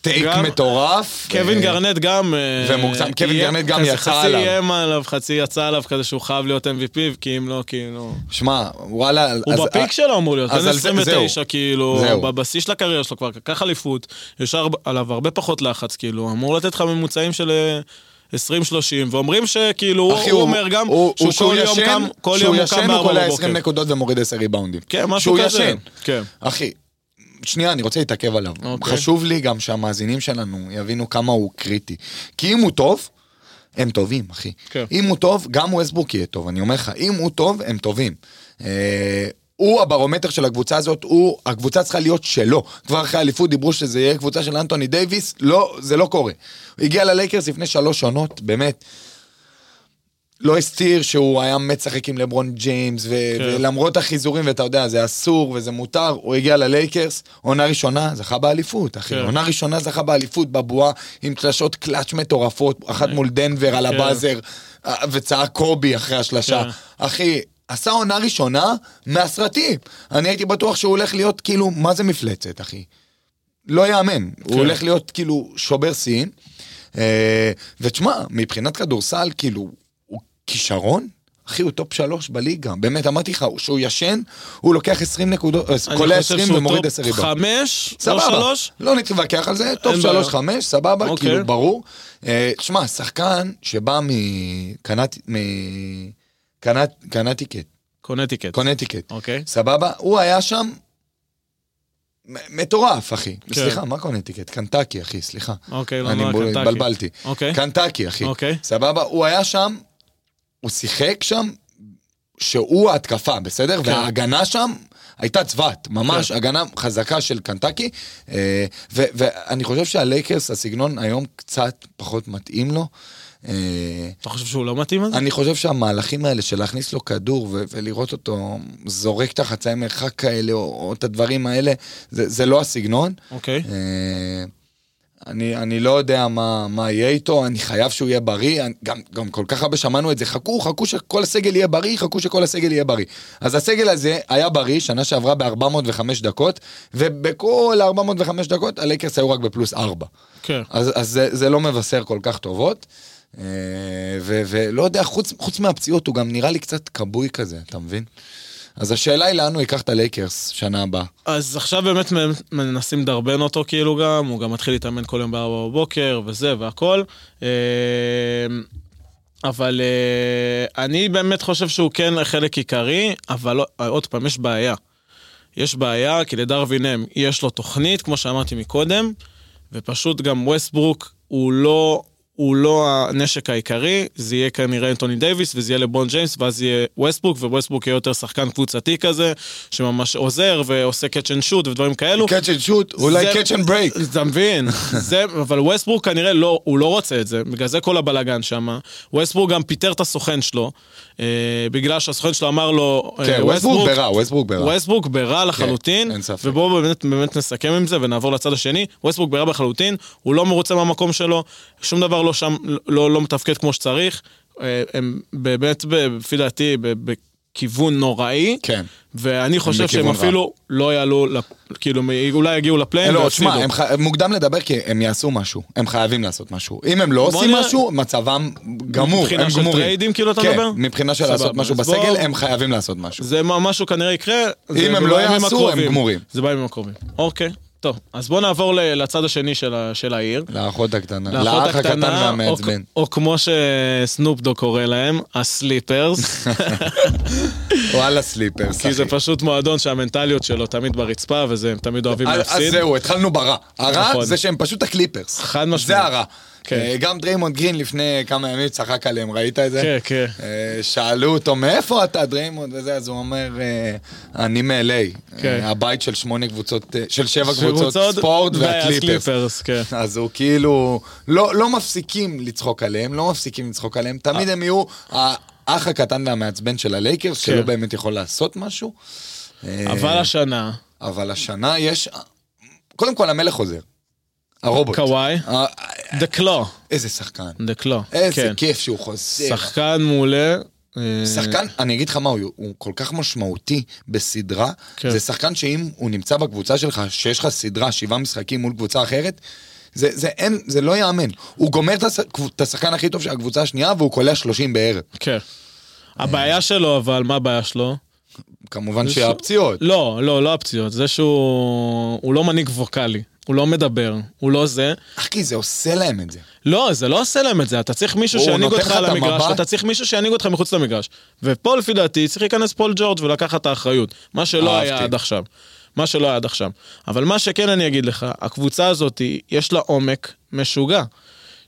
Speaker 2: טייק
Speaker 1: גם-
Speaker 2: מטורף.
Speaker 1: קווין
Speaker 2: אה,
Speaker 1: גרנט גם... אה,
Speaker 2: ומוגזם. קווין
Speaker 1: איים-
Speaker 2: גרנט גם
Speaker 1: כזה
Speaker 2: יצא עליו.
Speaker 1: חצי איים עליו, חצי יצא עליו כזה שהוא חייב להיות MVP, כי אם לא, כאילו...
Speaker 2: שמע, וואלה. אז- אה,
Speaker 1: הוא בפיק שלו אמור להיות,
Speaker 2: אז
Speaker 1: בן
Speaker 2: על זה-
Speaker 1: 29,
Speaker 2: זהו.
Speaker 1: כאילו,
Speaker 2: זהו.
Speaker 1: בבסיס של הקריירה שלו כבר לקח אליפות, יש הר- עליו הרבה פחות לחץ, כאילו, אמור לתת לך ממוצעים של אה, 20-30, ואומרים שכאילו, הוא
Speaker 2: אחי,
Speaker 1: הוא אומר גם
Speaker 2: הוא-
Speaker 1: שהוא
Speaker 2: הוא-
Speaker 1: כל
Speaker 2: כשהוא
Speaker 1: יום
Speaker 2: ישן-
Speaker 1: קם, כל
Speaker 2: כשהוא
Speaker 1: יום הוא
Speaker 2: ישן
Speaker 1: קם
Speaker 2: הוא
Speaker 1: בארבע
Speaker 2: קולע 20
Speaker 1: בבוקר.
Speaker 2: נקודות ומוריד 10 ריבאונדים.
Speaker 1: כן, משהו
Speaker 2: כשהוא
Speaker 1: כזה.
Speaker 2: ישן.
Speaker 1: כן.
Speaker 2: אחי, שנייה, אני רוצה להתעכב עליו.
Speaker 1: אוקיי.
Speaker 2: חשוב לי גם שהמאזינים שלנו יבינו כמה הוא קריטי. כי אם הוא טוב, הם טובים, אחי.
Speaker 1: כן.
Speaker 2: אם הוא טוב, גם ווסטברוק יהיה טוב, אני אומר לך. אם הוא טוב, הם טובים. אה, הוא הברומטר של הקבוצה הזאת, הוא, הקבוצה צריכה להיות שלו. כבר אחרי האליפות דיברו שזה יהיה קבוצה של אנטוני דייוויס, לא, זה לא קורה. הוא הגיע ללייקרס לפני שלוש עונות, באמת. לא הסתיר שהוא היה מת לשחק עם לברון ג'יימס, ו-
Speaker 1: כן.
Speaker 2: ולמרות החיזורים, ואתה יודע, זה אסור וזה מותר, הוא הגיע ללייקרס, עונה ראשונה, זכה באליפות, אחי.
Speaker 1: כן.
Speaker 2: עונה ראשונה זכה באליפות בבועה, עם שלשות קלאץ' מטורפות, אחת מול דנבר על
Speaker 1: כן.
Speaker 2: הבאזר, אה, וצעק קובי אחרי השלשה.
Speaker 1: כן.
Speaker 2: אחי, עשה עונה ראשונה מהסרטים. אני הייתי בטוח שהוא הולך להיות כאילו, מה זה מפלצת, אחי? לא יאמן,
Speaker 1: כן.
Speaker 2: הוא הולך להיות כאילו שובר שיאים. אה, ותשמע, מבחינת כדורסל, כאילו, הוא כישרון? אחי, הוא טופ שלוש בליגה. באמת, אמרתי לך, שהוא ישן, הוא לוקח 20 נקודות, אה, קולע 20 ומוריד 10
Speaker 1: אני חושב שהוא
Speaker 2: ריבאונד.
Speaker 1: טופ חמש, לא
Speaker 2: סבבה,
Speaker 1: שלוש.
Speaker 2: לא נתווכח על זה, טופ
Speaker 1: אין בעיה.
Speaker 2: שלוש חמש, סבבה,
Speaker 1: אוקיי.
Speaker 2: כאילו, ברור. אה, תשמע, שחקן שבא מקנת- מ- קנת- קנטיקט,
Speaker 1: קונטיקט.
Speaker 2: קונטיקט,
Speaker 1: אוקיי.
Speaker 2: סבבה? הוא היה שם מ- מטורף, אחי.
Speaker 1: כן.
Speaker 2: סליחה, מה קונטיקט? קנטקי, אחי, סליחה.
Speaker 1: אוקיי, לא
Speaker 2: אני
Speaker 1: נורא,
Speaker 2: בול-
Speaker 1: קנטקי.
Speaker 2: התבלבלתי.
Speaker 1: אוקיי.
Speaker 2: קנטקי, אחי.
Speaker 1: אוקיי.
Speaker 2: סבבה? הוא היה שם, הוא שיחק שם, שהוא ההתקפה, בסדר?
Speaker 1: כן.
Speaker 2: וההגנה שם הייתה צבת, ממש הגנה חזקה של קנטקי. אה, ו- ואני חושב שהלייקרס, הסגנון היום קצת פחות מתאים לו. אה,
Speaker 1: אתה חושב שהוא לא מתאים לזה?
Speaker 2: אני חושב שהמהלכים האלה של להכניס לו כדור ו- ולראות אותו זורק את החצאי מרחק כאלה, או, או את הדברים האלה, זה, זה לא הסגנון.
Speaker 1: אוקיי.
Speaker 2: אה, אני, אני לא יודע מה, מה יהיה איתו, אני חייב שהוא יהיה בריא, אני- גם, גם כל כך הרבה שמענו את זה, חכו, חכו שכל הסגל יהיה בריא, חכו שכל הסגל יהיה בריא. אז הסגל הזה היה בריא שנה שעברה ב-405 דקות, ובכל ה-405 דקות הלייקרס היו רק בפלוס 4.
Speaker 1: כן.
Speaker 2: אז, אז זה, זה לא מבשר כל כך טובות. אה, ו, ולא יודע, חוץ, חוץ מהפציעות, הוא גם נראה לי קצת כבוי כזה, אתה מבין? אז השאלה היא לאן הוא ייקח את הלייקרס שנה הבאה.
Speaker 1: אז עכשיו באמת מ- מנסים לדרבן אותו כאילו גם, הוא גם מתחיל להתאמן כל יום בארבע בבוקר וזה והכל. אה, אבל אה, אני באמת חושב שהוא כן חלק עיקרי, אבל לא- עוד פעם, יש בעיה. יש בעיה, כי לדרווין אם יש לו תוכנית, כמו שאמרתי מקודם, ופשוט גם ווסטברוק הוא לא, הוא לא הנשק העיקרי, זה יהיה כנראה אנטוני דייוויס, וזה יהיה לברון ג'יימס, ואז יהיה ווסטברוק, וווסטברוק יהיה יותר שחקן קבוצתי כזה, שממש עוזר ועושה קאצ' אנד שוט ודברים כאלו.
Speaker 2: קאצ' אנד שוט, אולי
Speaker 1: זה-
Speaker 2: קאצ' אנד ברייק.
Speaker 1: אתה מבין, זה, אבל ווסטברוק כנראה לא, הוא לא רוצה את זה, בגלל זה כל הבלגן שם. ווסטברוק גם פיטר את הסוכן שלו, אה, בגלל שהסוכן שלו אמר לו, אה,
Speaker 2: כן, ווסטברוק ברע, ווסטברוק ברע.
Speaker 1: ווסטברוק ברע לחלוטין,
Speaker 2: כן, אין ספק.
Speaker 1: ובואו באמת, באמת נסכם עם זה ונעבור לצד השני, ווסטברוק ברע לחלוטין, הוא לא מרוצה מהמקום שלו, שום דבר לא שם, לא, לא מתפקד כמו שצריך, אה, הם באמת, ב- לפי דעתי, ב- בכיוון נוראי,
Speaker 2: כן.
Speaker 1: ואני חושב שהם
Speaker 2: בכיוון רע.
Speaker 1: אפילו לא יעלו, לפ- כאילו, אולי יגיעו לפליין
Speaker 2: לא,
Speaker 1: ויפסידו.
Speaker 2: תשמע, הם ח- מוקדם לדבר כי הם יעשו משהו, הם חייבים לעשות משהו. אם הם לא עושים
Speaker 1: נראה-
Speaker 2: משהו, מצבם גמור,
Speaker 1: מבחינה
Speaker 2: הם
Speaker 1: של
Speaker 2: גמורים.
Speaker 1: טריידים, כאילו, אתה
Speaker 2: כן,
Speaker 1: מדבר?
Speaker 2: מבחינה של
Speaker 1: סבבה,
Speaker 2: לעשות משהו
Speaker 1: אז בוא-
Speaker 2: בסגל, הם חייבים לעשות משהו.
Speaker 1: זה מה- משהו כנראה יקרה. זה
Speaker 2: הם
Speaker 1: בימים
Speaker 2: לא יעשו, הם
Speaker 1: הקרובים.
Speaker 2: גמורים.
Speaker 1: זה בימים הקרובים. אוקיי, טוב. אז בואו נעבור ל- לצד השני של ה- של העיר.
Speaker 2: לאחות הקטנה,
Speaker 1: לאחות
Speaker 2: לאח הקטן
Speaker 1: הקטנה,
Speaker 2: והמעצבן.
Speaker 1: או, או כמו שסנופדו קורא להם, הסליפרס.
Speaker 2: וואלה סליפרס,
Speaker 1: אוקיי. כי זה
Speaker 2: אחי.
Speaker 1: פשוט מועדון שהמנטליות שלו תמיד ברצפה, וזה, הם תמיד אוהבים
Speaker 2: אז אז
Speaker 1: להפסיד.
Speaker 2: אה, זהו, התחלנו ברע. הרע
Speaker 1: נכון.
Speaker 2: זה שהם פשוט הקליפרס.
Speaker 1: חד משמעית.
Speaker 2: זה הרע.
Speaker 1: כן.
Speaker 2: אה, גם דריימונד גרין לפני כמה ימים צחק עליהם, ראית את זה?
Speaker 1: כן, כן.
Speaker 2: אה, שאלו אותו, מאיפה אתה דריימונד וזה, אז הוא אומר, אה, אני מ-LA.
Speaker 1: כן.
Speaker 2: אה, הבית של שמונה קבוצות, אה, של שבע
Speaker 1: קבוצות
Speaker 2: קבוצות ספורט והקליפרס.
Speaker 1: והסליפרס, כן.
Speaker 2: אז הוא כאילו, לא לא מפסיקים לצחוק עליהם, לא מפסיקים לצחוק עליהם, תמיד
Speaker 1: אה.
Speaker 2: הם יהיו האח הקטן והמעצבן של הלייקרס,
Speaker 1: כן.
Speaker 2: שלא באמת יכול לעשות משהו. אה,
Speaker 1: אבל השנה,
Speaker 2: אבל השנה יש... קודם כל המלך חוזר. הרובוט.
Speaker 1: קוואי,
Speaker 2: אה,
Speaker 1: דקלו,
Speaker 2: איזה שחקן.
Speaker 1: דקלו,
Speaker 2: איזה
Speaker 1: כן.
Speaker 2: כיף שהוא חוזר.
Speaker 1: שחקן מעולה, אה,
Speaker 2: שחקן, אני אגיד לך מה, הוא, הוא כל כך משמעותי בסדרה,
Speaker 1: כן.
Speaker 2: כן. זה שחקן שאם הוא נמצא בקבוצה שלך, שיש לך סדרה, שבעה משחקים מול קבוצה אחרת, זה, זה, אין, זה לא ייאמן. הוא גומר את הש- את השחקן הכי טוב של הקבוצה השנייה והוא קולע 30 בערב.
Speaker 1: כן. הבעיה שלו, אבל מה הבעיה שלו?
Speaker 2: כמובן
Speaker 1: זה
Speaker 2: שהפציעות.
Speaker 1: לא, לא, לא הפציעות. זה שהוא הוא לא מנהיג ווקאלי, הוא לא מדבר, הוא לא זה.
Speaker 2: אחי, זה עושה להם את זה.
Speaker 1: לא, זה לא עושה להם את זה, אתה צריך מישהו
Speaker 2: הוא
Speaker 1: שינהיג
Speaker 2: נותן
Speaker 1: אותך
Speaker 2: לך
Speaker 1: על
Speaker 2: את
Speaker 1: המגרש,
Speaker 2: המבט?
Speaker 1: אתה צריך מישהו שינהיג אותך מחוץ למגרש. ופה לפי דעתי צריך להיכנס פול ג'ורג' ולקחת את האחריות, מה שלא היה
Speaker 2: אהבתי.
Speaker 1: עד עכשיו. מה שלא היה עד עכשיו. אבל מה שכן אני אגיד לך, הקבוצה הזאת, יש לה עומק משוגע.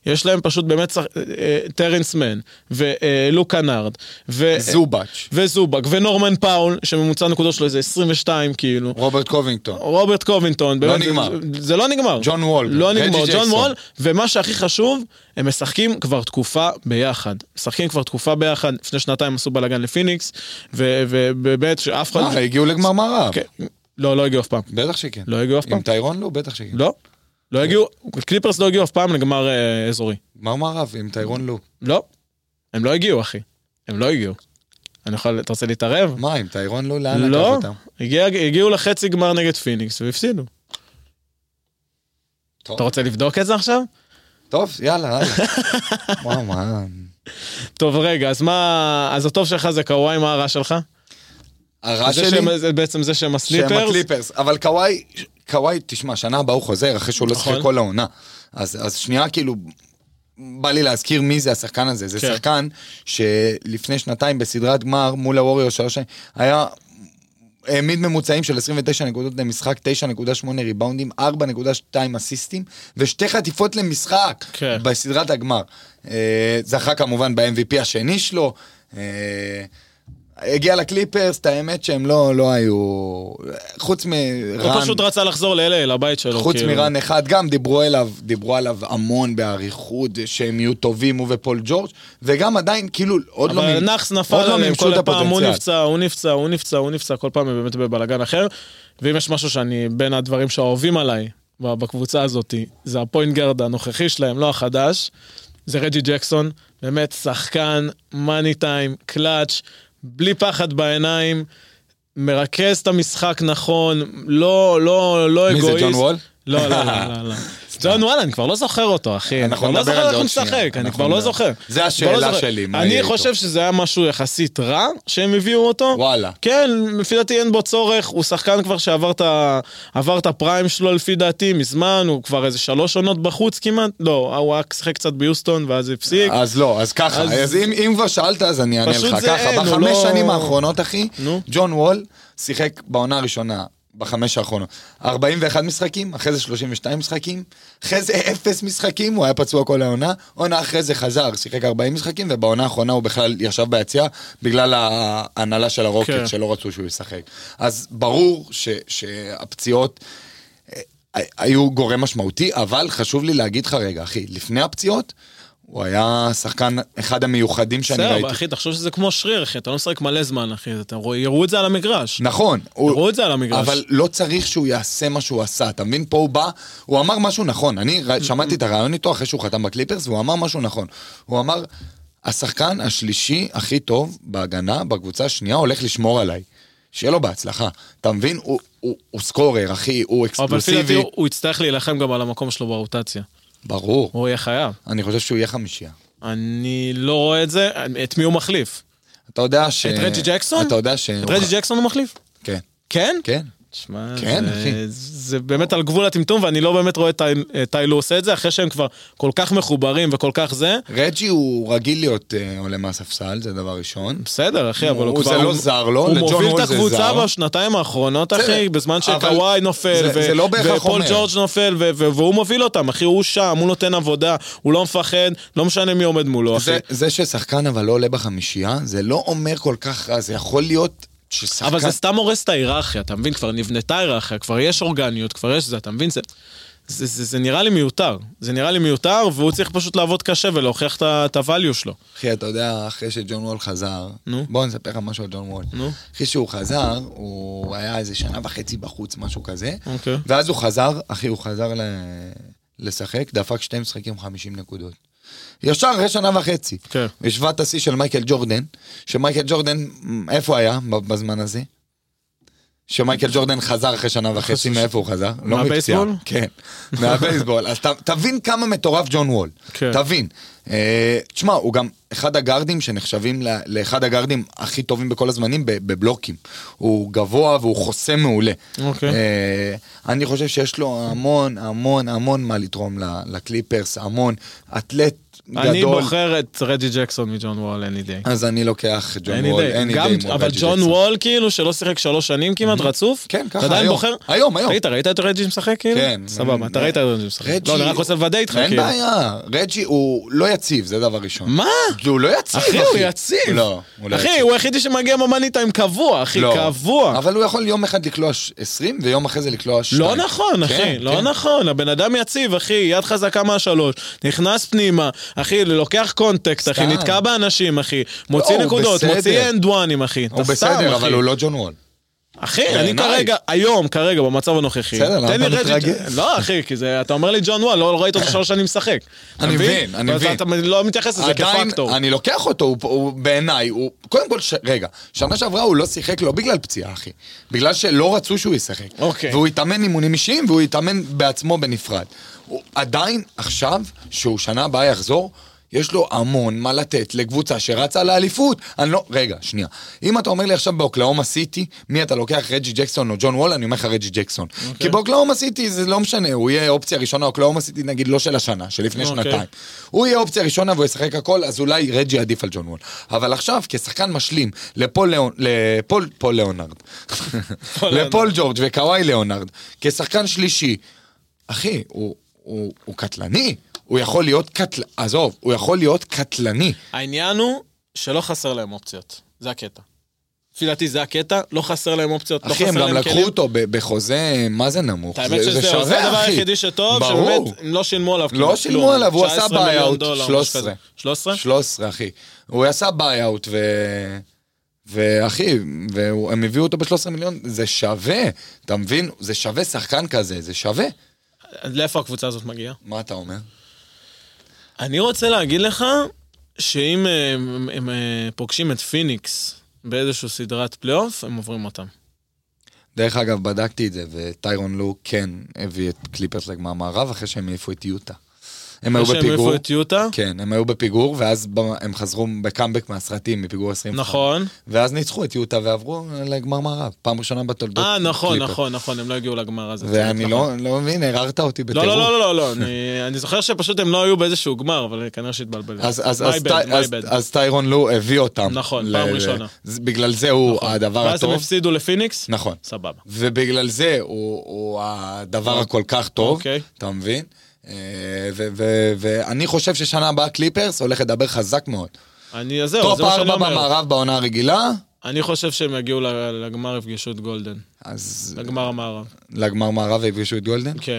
Speaker 1: יש להם פשוט באמת שח- אה, אה, טרנס מן, ולוקה נארד, ו...
Speaker 2: זובאץ',
Speaker 1: וזובק, ונורמן פאול, שממוצע הנקודות שלו איזה 22 כאילו.
Speaker 2: רוברט קובינגטון.
Speaker 1: רוברט קובינטון, באמת, זה-
Speaker 2: נגמר.
Speaker 1: זה לא נגמר.
Speaker 2: ג'ון וול,
Speaker 1: לא
Speaker 2: רג'י
Speaker 1: נגמר, ג'ון
Speaker 2: ג'קסון.
Speaker 1: וול, ומה שהכי חשוב, הם משחקים כבר תקופה ביחד. משחקים כבר תקופה ביחד, לפני שנתיים עשו בלאגן לפיניקס, ו- ובאמת שאף אחד...
Speaker 2: מה, אה, הגיעו לגמר מערב.
Speaker 1: אה, כן. לא, לא הגיעו אף פעם.
Speaker 2: בטח שכן.
Speaker 1: לא הגיעו אף פעם?
Speaker 2: עם טיירון לא, בטח שכן.
Speaker 1: לא. לא
Speaker 2: כן.
Speaker 1: הגיעו, קליפרס לא הגיעו אף פעם לגמר אה, אזורי.
Speaker 2: גמר מערב עם טיירון לא.
Speaker 1: לא. הם לא הגיעו, אחי. הם לא הגיעו. אני יכול, אתה רוצה להתערב?
Speaker 2: מה, עם טיירון לא? לאן לקח
Speaker 1: לא.
Speaker 2: אותם?
Speaker 1: הגיע- הגיעו לחצי גמר נגד פיניקס והפסידו.
Speaker 2: טוב.
Speaker 1: אתה רוצה לבדוק את זה עכשיו?
Speaker 2: טוב, יאללה, הלאה. וואו, מה...
Speaker 1: טוב רגע אז מה אז הטוב שלך זה קוואי מה הרע שלך?
Speaker 2: הרע
Speaker 1: זה
Speaker 2: שלי...
Speaker 1: שהם- זה בעצם זה שהם
Speaker 2: שהם
Speaker 1: הסליפרס?
Speaker 2: הקליפרס. אבל קוואי, קוואי, תשמע, שנה הבאה הוא חוזר אחרי שהוא לא
Speaker 1: נכון.
Speaker 2: שיחק כל העונה. אז אז שנייה, כאילו, בא לי להזכיר מי זה השחקן הזה. זה
Speaker 1: כן.
Speaker 2: שחקן שלפני שנתיים בסדרת גמר מול הווריור שלוש שנים, היה... העמיד ממוצעים של 29 נקודות למשחק, 9.8 ריבאונדים, 4.2 אסיסטים ושתי חטיפות למשחק
Speaker 1: כן.
Speaker 2: בסדרת הגמר. אה, זכה כמובן ב-MVP השני שלו. אה, הגיע לקליפרס, את האמת שהם לא, לא היו... חוץ מרן,
Speaker 1: הוא לא פשוט רצה לחזור ל-LA לבית שלו.
Speaker 2: חוץ
Speaker 1: כאילו.
Speaker 2: מרן אחד, גם דיברו אליו, דיברו עליו המון באריכות, שהם יהיו טובים, הוא ופול ג'ורג', וגם עדיין, כאילו, עוד לא...
Speaker 1: אבל
Speaker 2: מ-
Speaker 1: נאחס נפל
Speaker 2: עוד לא
Speaker 1: עליהם
Speaker 2: מימשו
Speaker 1: כל
Speaker 2: את
Speaker 1: פעם, הוא
Speaker 2: הפוטנציאל.
Speaker 1: נפצע, הוא נפצע, הוא נפצע, הוא נפצע, כל פעם הם באמת בבלאגן אחר. ואם יש משהו שאני, בין הדברים שאוהבים עליי ב- בקבוצה הזאת, זה הפוינט גארד הנוכחי שלהם, לא החדש, זה רג'י ג'קסון, באמת שחקן, מאני טיים, קלאץ', בלי פחד בעיניים, מרכז את המשחק נכון, לא, לא, לא
Speaker 2: מי
Speaker 1: אגואיסט.
Speaker 2: זה, ג'ון וול?
Speaker 1: לא, לא, לא, לא, לא. ג'ון וואלה, אני כבר לא זוכר אותו, אחי. אני
Speaker 2: אנחנו
Speaker 1: כבר לא
Speaker 2: נדבר על
Speaker 1: זוכר איך הוא
Speaker 2: זה עוד שנייה.
Speaker 1: משחק, אני
Speaker 2: אנחנו
Speaker 1: כבר לא
Speaker 2: נדבר.
Speaker 1: זוכר.
Speaker 2: זה
Speaker 1: כבר לא
Speaker 2: השאלה
Speaker 1: זוכר.
Speaker 2: שלי, מה יהיה
Speaker 1: אני
Speaker 2: איתו?
Speaker 1: חושב שזה היה משהו יחסית רע שהם הביאו אותו.
Speaker 2: וואלה.
Speaker 1: כן, לפי דעתי אין בו צורך, הוא שחקן כבר שעבר את ה- עבר את הפריים שלו לפי דעתי מזמן, הוא כבר איזה שלוש עונות בחוץ כמעט, לא, הוא היה שיחק קצת ביוסטון ואז הפסיק.
Speaker 2: אז לא, אז ככה,
Speaker 1: אז-
Speaker 2: אז, אז אם, אם כבר שאלת אז אני אענה
Speaker 1: פשוט
Speaker 2: לך
Speaker 1: זה אין,
Speaker 2: ככה,
Speaker 1: הוא
Speaker 2: בחמש
Speaker 1: לא-
Speaker 2: שנים האחרונות אחי,
Speaker 1: נו.
Speaker 2: ג'ון וול שיחק בעונה הראשונה, בחמש האחרונות, 41 משחקים, אחרי זה 32 משחקים, אחרי זה אפס משחקים, הוא היה פצוע כל העונה, עונה אחרי זה חזר, שיחק 40 משחקים, ובעונה האחרונה הוא בכלל ישב ביציאה, בגלל ההנהלה של הרוקט
Speaker 1: כן.
Speaker 2: שלא רצו שהוא ישחק. אז ברור ש, שהפציעות... היו גורם משמעותי, אבל חשוב לי להגיד לך רגע, אחי, לפני הפציעות, הוא היה שחקן אחד המיוחדים שאני
Speaker 1: בסדר, אבל
Speaker 2: ראיתי.
Speaker 1: אחי, תחשוב שזה כמו שריר, אחי, אתה לא משחק מלא זמן, אחי, אתה רואה- יראו את זה על המגרש.
Speaker 2: נכון,
Speaker 1: יראו את זה על המגרש.
Speaker 2: אבל לא צריך שהוא יעשה מה שהוא עשה, אתה מבין? פה הוא בא, הוא אמר משהו נכון, אני
Speaker 1: Mm-hmm.
Speaker 2: ר- שמעתי את הרעיון איתו אחרי שהוא חתם בקליפרס, והוא אמר משהו נכון. הוא אמר, השחקן השלישי הכי טוב בהגנה, בקבוצה השנייה, הולך לשמור עליי. שיהיה לו בהצלחה. אתה מבין? הוא- הוא הוא סקורר, אחי, הוא
Speaker 1: אבל לפי דעתי
Speaker 2: אקספלוסיבי.
Speaker 1: הוא הוא יצטרך להילחם גם על המקום שלו ברוטציה.
Speaker 2: ברור.
Speaker 1: הוא יהיה חייב.
Speaker 2: אני חושב שהוא יהיה חמישייה.
Speaker 1: אני לא רואה את זה, את מי הוא מחליף?
Speaker 2: אתה יודע ש...
Speaker 1: את רג'י ג'קסון?
Speaker 2: אתה יודע ש...
Speaker 1: את רג'י ג'קסון הוא מחליף?
Speaker 2: כן,
Speaker 1: כן?
Speaker 2: כן.
Speaker 1: תשמע,
Speaker 2: כן,
Speaker 1: זה-
Speaker 2: אחי.
Speaker 1: זה באמת על גבול הטמטום, ואני לא באמת רואה את טי- אה, טיילו עושה את זה, אחרי שהם כבר כל כך מחוברים וכל כך זה.
Speaker 2: רג'י הוא רגיל להיות אה, עולה מהספסל, זה דבר ראשון.
Speaker 1: בסדר, אחי, אבל הוא
Speaker 2: הוא-
Speaker 1: כבר...
Speaker 2: זה לא
Speaker 1: הוא-
Speaker 2: זר לו,
Speaker 1: הוא
Speaker 2: לג'ון
Speaker 1: מוביל את
Speaker 2: וול זה
Speaker 1: הקבוצה
Speaker 2: זר.
Speaker 1: בשנתיים האחרונות, אחי,
Speaker 2: בסדר,
Speaker 1: בזמן
Speaker 2: אבל
Speaker 1: שקוואי נופל,
Speaker 2: זה-
Speaker 1: ו-
Speaker 2: זה לא בהכרח
Speaker 1: ופול
Speaker 2: אומר.
Speaker 1: ג'ורג' נופל, ו- ו- והוא מוביל אותם, אחי, הוא שם, הוא נותן עבודה, הוא לא מפחד, לא משנה מי עומד מולו, אחי.
Speaker 2: זה- זה ששחקן אבל לא עולה בחמישייה, זה לא אומר כל כך רע, זה יכול להיות ששחקן...
Speaker 1: אבל זה סתם הורס את ההיררכיה, אתה מבין? כבר נבנתה היררכיה, כבר יש אורגניות, כבר יש זה, אתה מבין? זה, זה, זה, זה נראה לי מיותר. זה נראה לי מיותר, והוא צריך פשוט לעבוד קשה ולהוכיח את ה- את ה-value שלו.
Speaker 2: אחי, אתה יודע, אחרי שג'ון וול חזר,
Speaker 1: נו.
Speaker 2: בוא נספר לך משהו על ג'ון וול.
Speaker 1: נו.
Speaker 2: אחרי שהוא חזר, הוא היה איזה שנה וחצי בחוץ, משהו כזה.
Speaker 1: אוקיי.
Speaker 2: ואז הוא חזר, אחי, הוא חזר ל... לשחק, דפק שתי משחקים 50 נקודות. ישר אחרי שנה וחצי.
Speaker 1: כן.
Speaker 2: הוא השווה את השיא של מייקל ג'ורדן, שמייקל גורדן, איפה היה ב- בזמן הזה? שמייקל ג'ורדן חזר אחרי שנה וחצי, מאיפה הוא חזר? לא מפציעה.
Speaker 1: מהבייסבול?
Speaker 2: כן, מהבייסבול. אז ת- תבין כמה מטורף ג'ון וול.
Speaker 1: כן.
Speaker 2: תבין. אה, תשמע, הוא גם אחד הגארדים שנחשבים ל- לאחד הגארדים הכי טובים בכל הזמנים ב- בבלוקים. הוא גבוה והוא חוסם מעולה.
Speaker 1: אוקיי.
Speaker 2: אה, אני חושב שיש לו המון, המון, המון מה לתרום ל- לקליפרס, המון אתלט אה, גדול.
Speaker 1: אני בוחר את רג'י ג'קסון מג'ון וול any day.
Speaker 2: אז אני לוקח ג'ון
Speaker 1: any
Speaker 2: וול, any
Speaker 1: day. גם-
Speaker 2: day מול
Speaker 1: אבל
Speaker 2: רג'י
Speaker 1: ג'ון
Speaker 2: ג'קסון.
Speaker 1: וול כאילו שלא שיחק שלוש שנים כמעט רצוף.
Speaker 2: כן, ככה,
Speaker 1: אתה עדיין
Speaker 2: היום.
Speaker 1: בוחר?
Speaker 2: היום, היום.
Speaker 1: תגיד, אתה ראית את רג'י משחק כאילו?
Speaker 2: כן.
Speaker 1: סבבה, אתה
Speaker 2: אה,
Speaker 1: ראית את רג'י משחק. לא, אני רק רוצה לוודא איתך
Speaker 2: אין
Speaker 1: כאילו.
Speaker 2: בעיה, רג'י הוא לא יציב, זה דבר ראשון.
Speaker 1: מה?
Speaker 2: הוא לא יציב, אחי.
Speaker 1: אחי, הוא יציב.
Speaker 2: לא, הוא לא
Speaker 1: אחי,
Speaker 2: יציב.
Speaker 1: הוא היחידי שמגיע במאני טיים קבוע, אחי,
Speaker 2: לא.
Speaker 1: קבוע.
Speaker 2: אבל הוא יכול יום אחד לקלוע ש- 20 ויום אחרי זה לקלוע כן, 2.
Speaker 1: לא נכון, אחי, לא נכון, הבן אדם יציב, אחי, יד חזקה מהשלוש, נכנס פנימה, אחי, לוקח קונטקסט, אחי,
Speaker 2: סתם. לא,
Speaker 1: נתקע באנשים, אחי, מוציא
Speaker 2: הוא
Speaker 1: נקודות,
Speaker 2: בסדר.
Speaker 1: מוציא אנדואנים, אחי,
Speaker 2: הוא
Speaker 1: אתה סתם,
Speaker 2: בסדר,
Speaker 1: אחי.
Speaker 2: אבל הוא לא ג'ון וול.
Speaker 1: אחי, אני
Speaker 2: בעיניי.
Speaker 1: כרגע, היום, כרגע, במצב הנוכחי,
Speaker 2: בסדר, למה
Speaker 1: תן לי
Speaker 2: אתה
Speaker 1: רג'י-
Speaker 2: מתרגז?
Speaker 1: לא, אחי, כי זה, אתה אומר לי ג'ון וול, לא ראית אותו שלוש שנים משחק. אתה
Speaker 2: אני מבין, אני
Speaker 1: ואתה-
Speaker 2: מבין.
Speaker 1: אתה לא מתייחס לזה
Speaker 2: עדיין,
Speaker 1: כפקטור.
Speaker 2: אני לוקח אותו, הוא, הוא בעיניי, הוא, קודם כל, ש, רגע, שנה שעברה הוא לא שיחק לא בגלל פציעה, אחי. בגלל שלא רצו שהוא ישחק.
Speaker 1: אוקיי.
Speaker 2: והוא התאמן אימונים אישיים, והוא התאמן בעצמו בנפרד. הוא עדיין, עכשיו, שהוא שנה הבאה יחזור, יש לו המון מה לתת לקבוצה שרצה לאליפות. אני לא... רגע, שנייה. אם אתה אומר לי עכשיו באוקלאומה סיטי, מי אתה לוקח, רג'י ג'קסון או ג'ון וול, אני אומר לך רג'י ג'קסון.
Speaker 1: אוקיי.
Speaker 2: כי באוקלאומה סיטי זה לא משנה, הוא יהיה אופציה ראשונה, אוקלאומה סיטי נגיד לא של השנה, של לפני
Speaker 1: אוקיי.
Speaker 2: שנתיים. הוא יהיה אופציה ראשונה והוא ישחק הכל, אז אולי רג'י עדיף על ג'ון וול. אבל עכשיו, כשחקן משלים לפול ליאון- לפול פול ליאונרד, לפול ג'ורג' וקוואי ליאונרד, כשחקן שלישי, אחי, הוא- הוא הוא קטלני, הוא יכול להיות קטל... עזוב, הוא יכול להיות קטלני.
Speaker 1: העניין הוא שלא חסר להם אופציות, זה הקטע. לפי דעתי זה הקטע, לא חסר להם אופציות, לא
Speaker 2: אחי, הם
Speaker 1: חסר
Speaker 2: גם
Speaker 1: להם
Speaker 2: לקחו
Speaker 1: כלים.
Speaker 2: אותו ב- בחוזה, מה זה נמוך?
Speaker 1: האמת שזה זה הדבר היחידי שטוב,
Speaker 2: ברור.
Speaker 1: שבאמת, הם לא שילמו עליו.
Speaker 2: לא
Speaker 1: כמעט
Speaker 2: שילמו
Speaker 1: כלום.
Speaker 2: עליו, הוא עשה
Speaker 1: 19
Speaker 2: buyout,
Speaker 1: מיליון דולר, משהו
Speaker 2: 13.
Speaker 1: כזה. 13?
Speaker 2: 13, אחי. הוא עשה ביי-אוט, ו... ואחי, והם הביאו אותו ב-13 מיליון, זה שווה, אתה מבין? זה שווה שחקן כזה, זה שווה.
Speaker 1: לאיפה הקבוצה הזאת מגיעה?
Speaker 2: מה אתה אומר?
Speaker 1: אני רוצה להגיד לך, שאם אה, הם- הם אה, פוגשים את פיניקס באיזושהי סדרת פלייאוף, הם עוברים אותם.
Speaker 2: דרך אגב, בדקתי את זה, וטיירון לו כן הביא את קליפרס מהמערב, אחרי שהם העיפו את יוטה. הם היו
Speaker 1: אחרי שהם
Speaker 2: בפיגור,
Speaker 1: העיפו את יוטה,
Speaker 2: כן, הם היו בפיגור, ואז ב- הם חזרו בקאמבק מהסרטים, מפיגור 20.
Speaker 1: נכון.
Speaker 2: ואז ניצחו את יוטה ועברו לגמר מערב, פעם ראשונה בתולדות.
Speaker 1: אה, נכון,
Speaker 2: קליפרס.
Speaker 1: נכון, נכון, הם לא הגיעו לגמר הזה.
Speaker 2: ואני
Speaker 1: צודק,
Speaker 2: לא,
Speaker 1: נכון.
Speaker 2: לא מבין, הררת אותי
Speaker 1: לא,
Speaker 2: בטירוף.
Speaker 1: לא, לא, לא, לא, אני- אני זוכר שפשוט הם לא היו באיזשהו גמר, אבל כנראה שהתבלבלתי.
Speaker 2: אז, אז,
Speaker 1: My
Speaker 2: אז,
Speaker 1: bad,
Speaker 2: טי-
Speaker 1: my
Speaker 2: אז,
Speaker 1: bad.
Speaker 2: אז טיירון לו הביא אותם.
Speaker 1: נכון, פעם ראשונה. נכון.
Speaker 2: זה- בגלל זה הוא הדבר
Speaker 1: ואז הם
Speaker 2: הטוב.
Speaker 1: הפסידו לפיניקס?
Speaker 2: נכון.
Speaker 1: סבבה.
Speaker 2: ובגלל זה הוא, הוא הדבר הכל כך טוב,
Speaker 1: אוקיי.
Speaker 2: אתה מבין? אה, ו- ו- ואני חושב ששנה הבאה קליפרס הולך לדבר חזק מאוד.
Speaker 1: אני, אז זהו,
Speaker 2: טופ
Speaker 1: לא, זה מה שאני
Speaker 2: ארבע
Speaker 1: אומר.
Speaker 2: במערב בעונה הרגילה,
Speaker 1: אני חושב שהם יגיעו ל- לגמר, יפגשו את גולדן.
Speaker 2: אז
Speaker 1: לגמר המערב.
Speaker 2: לגמר מערב יפגשו את גולדן?
Speaker 1: כן.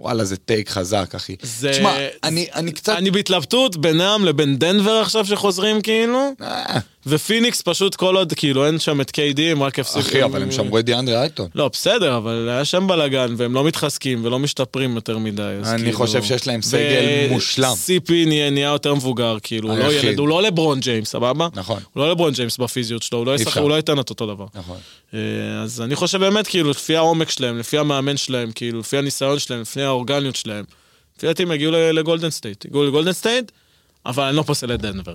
Speaker 2: וואלה, זה טייק חזק, אחי.
Speaker 1: זה-
Speaker 2: תשמע, אני, אני קצת...
Speaker 1: אני בהתלבטות בינם לבין דנבר עכשיו שחוזרים כאילו,
Speaker 2: אה,
Speaker 1: ופיניקס פשוט כל עוד כאילו אין שם את KD, הם רק הפסיקו.
Speaker 2: אחי, אבל הם שמרו את דיאנדרי אייטון.
Speaker 1: לא, בסדר, אבל היה שם בלאגן, והם לא מתחזקים ולא משתפרים יותר מדי. אז
Speaker 2: אני
Speaker 1: כאילו-
Speaker 2: חושב שיש להם סגל
Speaker 1: ו-
Speaker 2: מושלם.
Speaker 1: סיפי נהיה- נהיה יותר מבוגר, כאילו, הוא לא
Speaker 2: היחיד.
Speaker 1: ילד, הוא לא לברון ג'יימס, סבבה?
Speaker 2: נכון.
Speaker 1: הוא לא לברון ג'יימס בפיזיות שלו, הוא לא ישחק,
Speaker 2: אפשר.
Speaker 1: הוא לא ייתן את אותו דבר.
Speaker 2: נכון.
Speaker 1: אה, אז אני חושב באמת, כאילו, לפי העומק שלהם, לפי המאמן שלהם, כאילו, לפי הניסיון שלהם, לפי האורגניות שלהם, לפי דעתי הם יגיעו ל- לגולדן סטייט. הגיעו לגולדן סטייט, אבל אני לא פוסל את דנבר.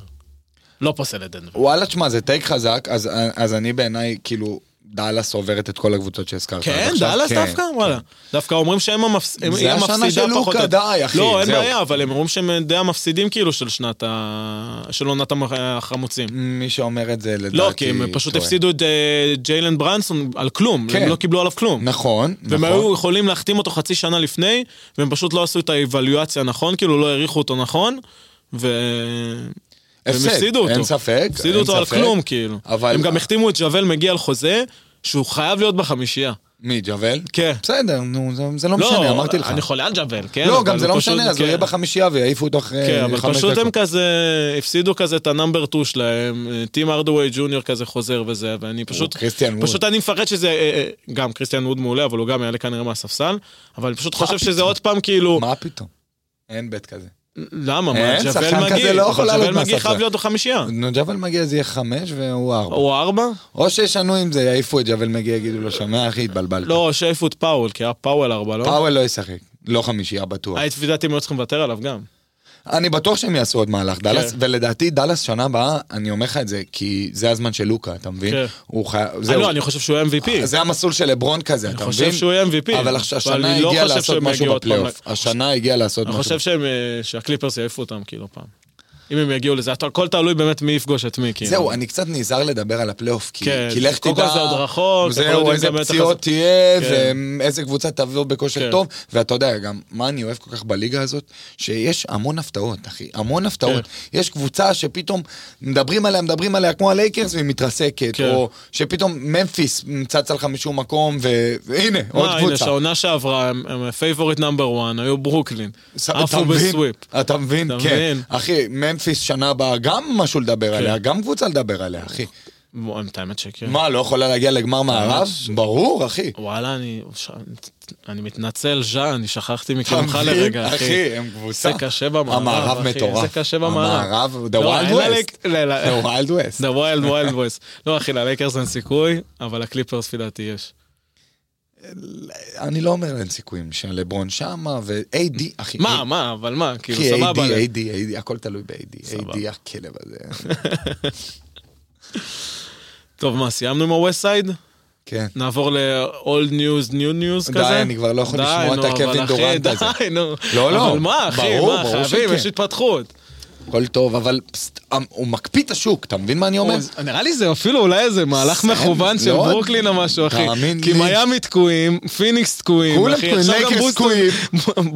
Speaker 1: לא פוסל את דנבר.
Speaker 2: וואלה, תשמע, זה טייק חזק, אז, אז אני בעיניי, כאילו, דאלאס עוברת את כל הקבוצות שהזכרת.
Speaker 1: כן,
Speaker 2: עד אוקיי, עכשיו.
Speaker 1: דאלאס דווקא, וואלה. דווקא אומרים שהם המפס- הם-
Speaker 2: זה
Speaker 1: היא
Speaker 2: השנה
Speaker 1: המפסידה
Speaker 2: של
Speaker 1: פחות.
Speaker 2: לוקה,
Speaker 1: או-
Speaker 2: די, אחי,
Speaker 1: לא, אין
Speaker 2: זהו.
Speaker 1: בעיה, אבל הם אומרים שהם די המפסידים כאילו של שנת ה... של עונת המח- החמוצים.
Speaker 2: מי שאומר את זה, לדעתי...
Speaker 1: לא, כי הם פשוט
Speaker 2: טועה.
Speaker 1: הפסידו את אה, ג'יילן ברנסון על כלום,
Speaker 2: כן.
Speaker 1: הם לא קיבלו עליו כלום.
Speaker 2: נכון,
Speaker 1: והם
Speaker 2: נכון.
Speaker 1: היו יכולים להחתים אותו חצי שנה לפני, והם פשוט לא עשו את האיוולואציה נכון, כאילו לא העריכו אותו נכון, ו...
Speaker 2: הפסד,
Speaker 1: הם הפסידו אותו.
Speaker 2: אין ספק, אין
Speaker 1: הפסידו אותו על
Speaker 2: ספק,
Speaker 1: כלום, כאילו.
Speaker 2: אבל-
Speaker 1: הם גם החתימו את ג'וול מגיע על חוזה, שהוא חייב להיות בחמישייה.
Speaker 2: מי, ג'וול?
Speaker 1: כן.
Speaker 2: בסדר, נו, זה, זה לא משנה, אמרתי לך.
Speaker 1: אני חולה על ג'וול, כן?
Speaker 2: לא,
Speaker 1: אבל
Speaker 2: גם זה לא
Speaker 1: פשוט-
Speaker 2: משנה, אז
Speaker 1: כן.
Speaker 2: הוא יהיה בחמישייה ויעיפו אותו אחרי
Speaker 1: כן, אבל
Speaker 2: חמש
Speaker 1: פשוט הם
Speaker 2: דקות.
Speaker 1: כזה, הפסידו כזה את הנאמבר 2 שלהם, אה, טים ארדווי ג'וניור כזה חוזר וזה, ואני פשוט,
Speaker 2: קריסטיאן ווד.
Speaker 1: פשוט אני מפחד שזה, אה, אה, גם קריסטיאן ווד מעולה,
Speaker 2: אה,
Speaker 1: אבל הוא גם יעלה כנראה מהספסל, אבל אני פשוט חושב שזה עוד פעם כאילו,
Speaker 2: מה פתאום? אין בית כזה.
Speaker 1: למה? מה,
Speaker 2: אין,
Speaker 1: ג'בל
Speaker 2: שחקן
Speaker 1: מגעי,
Speaker 2: כזה לא
Speaker 1: אבל
Speaker 2: יכול לעלות
Speaker 1: ג'בל מגעי
Speaker 2: מהספסל.
Speaker 1: חייב להיות בחמישייה.
Speaker 2: נו, ג'בל מגיע זה יהיה חמש והוא ארבע.
Speaker 1: או ארבע?
Speaker 2: או שישנו עם זה, יעיפו את ג'בל מגיע, יגידו לו, שומע אחי, התבלבלת.
Speaker 1: לא, שיעיפו את פאוול, כי היה פאוול ארבע, לא?
Speaker 2: פאוול לא ישחק, לא חמישייה בטוח.
Speaker 1: הייתי לפי דעתי הם היו צריכים לוותר עליו גם.
Speaker 2: אני בטוח שהם יעשו עוד מהלך, דאלאס,
Speaker 1: כן.
Speaker 2: ולדעתי דאלאס שנה הבאה, אני אומר לך את זה, כי זה הזמן של לוקה, אתה מבין?
Speaker 1: כן.
Speaker 2: הוא חייב,
Speaker 1: אני
Speaker 2: זהו, אה,
Speaker 1: לא, אני חושב שהוא יהיה MVP.
Speaker 2: זה המסלול של לברון כזה, אתה
Speaker 1: אני
Speaker 2: מבין?
Speaker 1: חושב שהוא יהיה MVP.
Speaker 2: אבל הש-
Speaker 1: אבל
Speaker 2: השנה
Speaker 1: אני לא
Speaker 2: הגיע
Speaker 1: חושב
Speaker 2: לעשות
Speaker 1: שהם
Speaker 2: משהו
Speaker 1: יגיעו עוד פעם
Speaker 2: בפלייאוף,
Speaker 1: ל-
Speaker 2: השנה הגיע לעשות
Speaker 1: אני
Speaker 2: משהו.
Speaker 1: חושב שהם, אה, שהקליפרס יעיפו אותם, כאילו, פעם. אם הם יגיעו לזה, אתה- הכל תלוי באמת מי יפגוש את מי, כאילו.
Speaker 2: זהו, אני קצת נזהר לדבר על הפלייאוף, כי
Speaker 1: כן,
Speaker 2: כי לך
Speaker 1: קודם כל
Speaker 2: תדע,
Speaker 1: זה עוד רחוק, אנחנו לא
Speaker 2: זהו,
Speaker 1: יודעים
Speaker 2: איזה
Speaker 1: גם את
Speaker 2: פציעות
Speaker 1: החז-
Speaker 2: תהיה,
Speaker 1: כן.
Speaker 2: ואיזה קבוצה תעבור בכושר
Speaker 1: כן.
Speaker 2: טוב, ואתה יודע, גם מה אני אוהב כל כך בליגה הזאת, שיש המון הפתעות, אחי, המון הפתעות.
Speaker 1: כן.
Speaker 2: יש קבוצה שפתאום מדברים עליה, מדברים עליה כמו הלייקרס, והיא מתרסקת,
Speaker 1: כן.
Speaker 2: או שפתאום ממפיס צץ עליך משום מקום, ו- והנה, עוד
Speaker 1: מה, הנה,
Speaker 2: קבוצה.
Speaker 1: שהעונה שעברה, הם פייבוריט נאמבר 1, היו ברוקלין.
Speaker 2: ס- אתה
Speaker 1: עפו
Speaker 2: מבין?
Speaker 1: בסוויפ.
Speaker 2: אתה מבין?
Speaker 1: אתה
Speaker 2: כן.
Speaker 1: מבין? כן.
Speaker 2: אחי, ממפיס שנה הבאה גם משהו לדבר עליה, גם קבוצה לדבר עליה, אחי.
Speaker 1: בוא, את האמת שכן.
Speaker 2: מה, לא יכולה להגיע לגמר מערב? ברור, אחי.
Speaker 1: וואלה, אני אני מתנצל, ז'אן, אני שכחתי מכלומך
Speaker 2: אתה מבין?
Speaker 1: לרגע, אחי.
Speaker 2: אחי, הם קבוצה.
Speaker 1: זה קשה במערב,
Speaker 2: המערב
Speaker 1: אחי,
Speaker 2: מטורף.
Speaker 1: זה קשה במערב.
Speaker 2: המערב, the
Speaker 1: לא,
Speaker 2: wild
Speaker 1: אין לה
Speaker 2: west.
Speaker 1: לק- ל- ל-
Speaker 2: The wild west.
Speaker 1: The Wild Wild Boys. לא, אחי, ללייקרס אין סיכוי, אבל לקליפרס לפי דעתי יש.
Speaker 2: אני לא אומר אין סיכויים שלברון שמה ו-AD, אחי.
Speaker 1: מה, מה, אבל מה, כאילו,
Speaker 2: כי AD,
Speaker 1: סבבה. לי.
Speaker 2: AD, AD, הכל תלוי ב-AD. AD,
Speaker 1: סבבה.
Speaker 2: הכלב הזה.
Speaker 1: טוב, מה, סיימנו עם ה-West Side?
Speaker 2: כן.
Speaker 1: נעבור ל-Old News, New News
Speaker 2: די,
Speaker 1: כזה?
Speaker 2: אני כבר לא יכול
Speaker 1: די,
Speaker 2: לשמוע את
Speaker 1: נו,
Speaker 2: הקווין
Speaker 1: אבל אחי,
Speaker 2: דורנט הזה.
Speaker 1: די, נו.
Speaker 2: לא, לא.
Speaker 1: אבל מה, אחי,
Speaker 2: ברור,
Speaker 1: מה,
Speaker 2: ברור
Speaker 1: חייבים,
Speaker 2: שכן.
Speaker 1: יש התפתחות.
Speaker 2: הכל טוב, אבל פסט, אמ, הוא מקפיא את השוק, אתה מבין מה אני אומר?
Speaker 1: או, נראה לי זה אפילו אולי איזה מהלך
Speaker 2: סם,
Speaker 1: מכוון של
Speaker 2: לא,
Speaker 1: ברוקלין או משהו, אחי.
Speaker 2: תאמין
Speaker 1: כי
Speaker 2: לי.
Speaker 1: מיאמי תקועים, פיניקס תקועים,
Speaker 2: כולם
Speaker 1: אחי,
Speaker 2: תקועים,
Speaker 1: עכשיו גם
Speaker 2: לייקרס
Speaker 1: בוסטון,
Speaker 2: תקועים.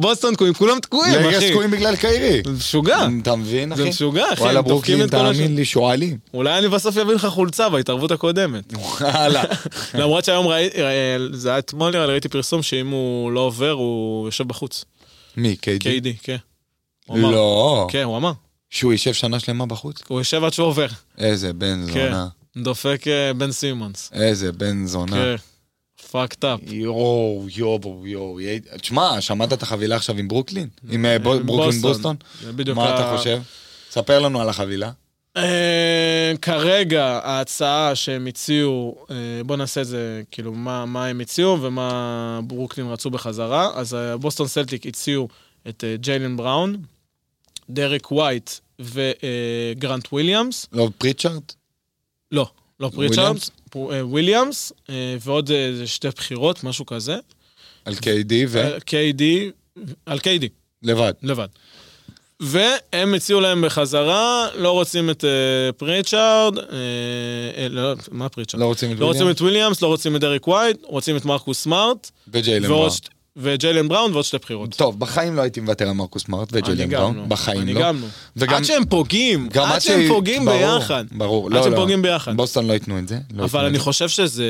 Speaker 1: בוסטון תקועים, כולם תקועים,
Speaker 2: רגע
Speaker 1: אחי.
Speaker 2: סקויים לא, בגלל קיירי.
Speaker 1: זה משוגע.
Speaker 2: אתה מבין, אחי?
Speaker 1: זה משוגע, אחי,
Speaker 2: וואלה,
Speaker 1: הם דופקים
Speaker 2: ברוקלין,
Speaker 1: את כל הש-
Speaker 2: תאמין לי, שועלים.
Speaker 1: אולי אני בסוף אביא לך חולצה בהתערבות הקודמת.
Speaker 2: וואלה.
Speaker 1: למרות שהיום ראיתי, זה היה אתמול נראה לי, ראיתי פרסום שאם הוא לא עובר, הוא יושב בחוץ.
Speaker 2: מי, קיידי?
Speaker 1: KD, כן. הוא אמר.
Speaker 2: לא.
Speaker 1: כן, הוא אמר.
Speaker 2: שהוא יישב שנה שלמה בחוץ?
Speaker 1: הוא יושב עד שהוא עובר.
Speaker 2: איזה בן
Speaker 1: כן.
Speaker 2: זונה.
Speaker 1: דופק אה, בן סימונס.
Speaker 2: איזה בן זונה.
Speaker 1: כן. פאקד אפ.
Speaker 2: יואו, יואו, יואו. יא- תשמע, שמעת את החבילה עכשיו עם ברוקלין? עם אה, בו- ברוקלין בוסטון?
Speaker 1: זה בדיוק
Speaker 2: מה
Speaker 1: ה-
Speaker 2: אתה חושב? ספר לנו על החבילה.
Speaker 1: אה, כרגע ההצעה שהם הציעו, אה, בוא נעשה את זה, כאילו, מה, מה הם הציעו ומה ברוקלין רצו בחזרה. אז אה, בוסטון סלטיק הציעו את אה, ג'יילן בראון, דרק ווייט וגרנט וויליאמס.
Speaker 2: לא פריצ'ארד?
Speaker 1: לא, לא פריצ'ארדס, פרו- אה, וויליאמס, אה, ועוד אה, איזה שתי בחירות, משהו כזה.
Speaker 2: על KD ו...
Speaker 1: אה, KD, על KD.
Speaker 2: לבד.
Speaker 1: לבד. והם הציעו להם בחזרה, לא רוצים את אה, פריצ'ארד, אה, אה, לא, מה פריצ'ארד?
Speaker 2: לא רוצים את
Speaker 1: לא רוצים
Speaker 2: וויליאמס?
Speaker 1: את וויליאמס, לא רוצים את דרק ווייד, רוצים את מרקוס סמארט,
Speaker 2: וג'יילן
Speaker 1: ועוד
Speaker 2: בראון.
Speaker 1: שת- וג'יילן בראון ועוד שתי בחירות.
Speaker 2: טוב, בחיים לא הייתי מוותר על מרקוס מארט
Speaker 1: אני
Speaker 2: וג'יילן
Speaker 1: גם לא.
Speaker 2: בראון. בחיים
Speaker 1: אני
Speaker 2: לא.
Speaker 1: גם לא.
Speaker 2: וגם-
Speaker 1: עד שהם פוגעים,
Speaker 2: גם
Speaker 1: עד שהם
Speaker 2: ש-
Speaker 1: פוגעים
Speaker 2: ברור,
Speaker 1: ביחד.
Speaker 2: ברור,
Speaker 1: עד
Speaker 2: לא,
Speaker 1: שהם
Speaker 2: לא.
Speaker 1: פוגעים ביחד.
Speaker 2: בוסטון לא ייתנו את זה. לא ייתנו
Speaker 1: אבל
Speaker 2: את
Speaker 1: אני
Speaker 2: זה.
Speaker 1: חושב שזה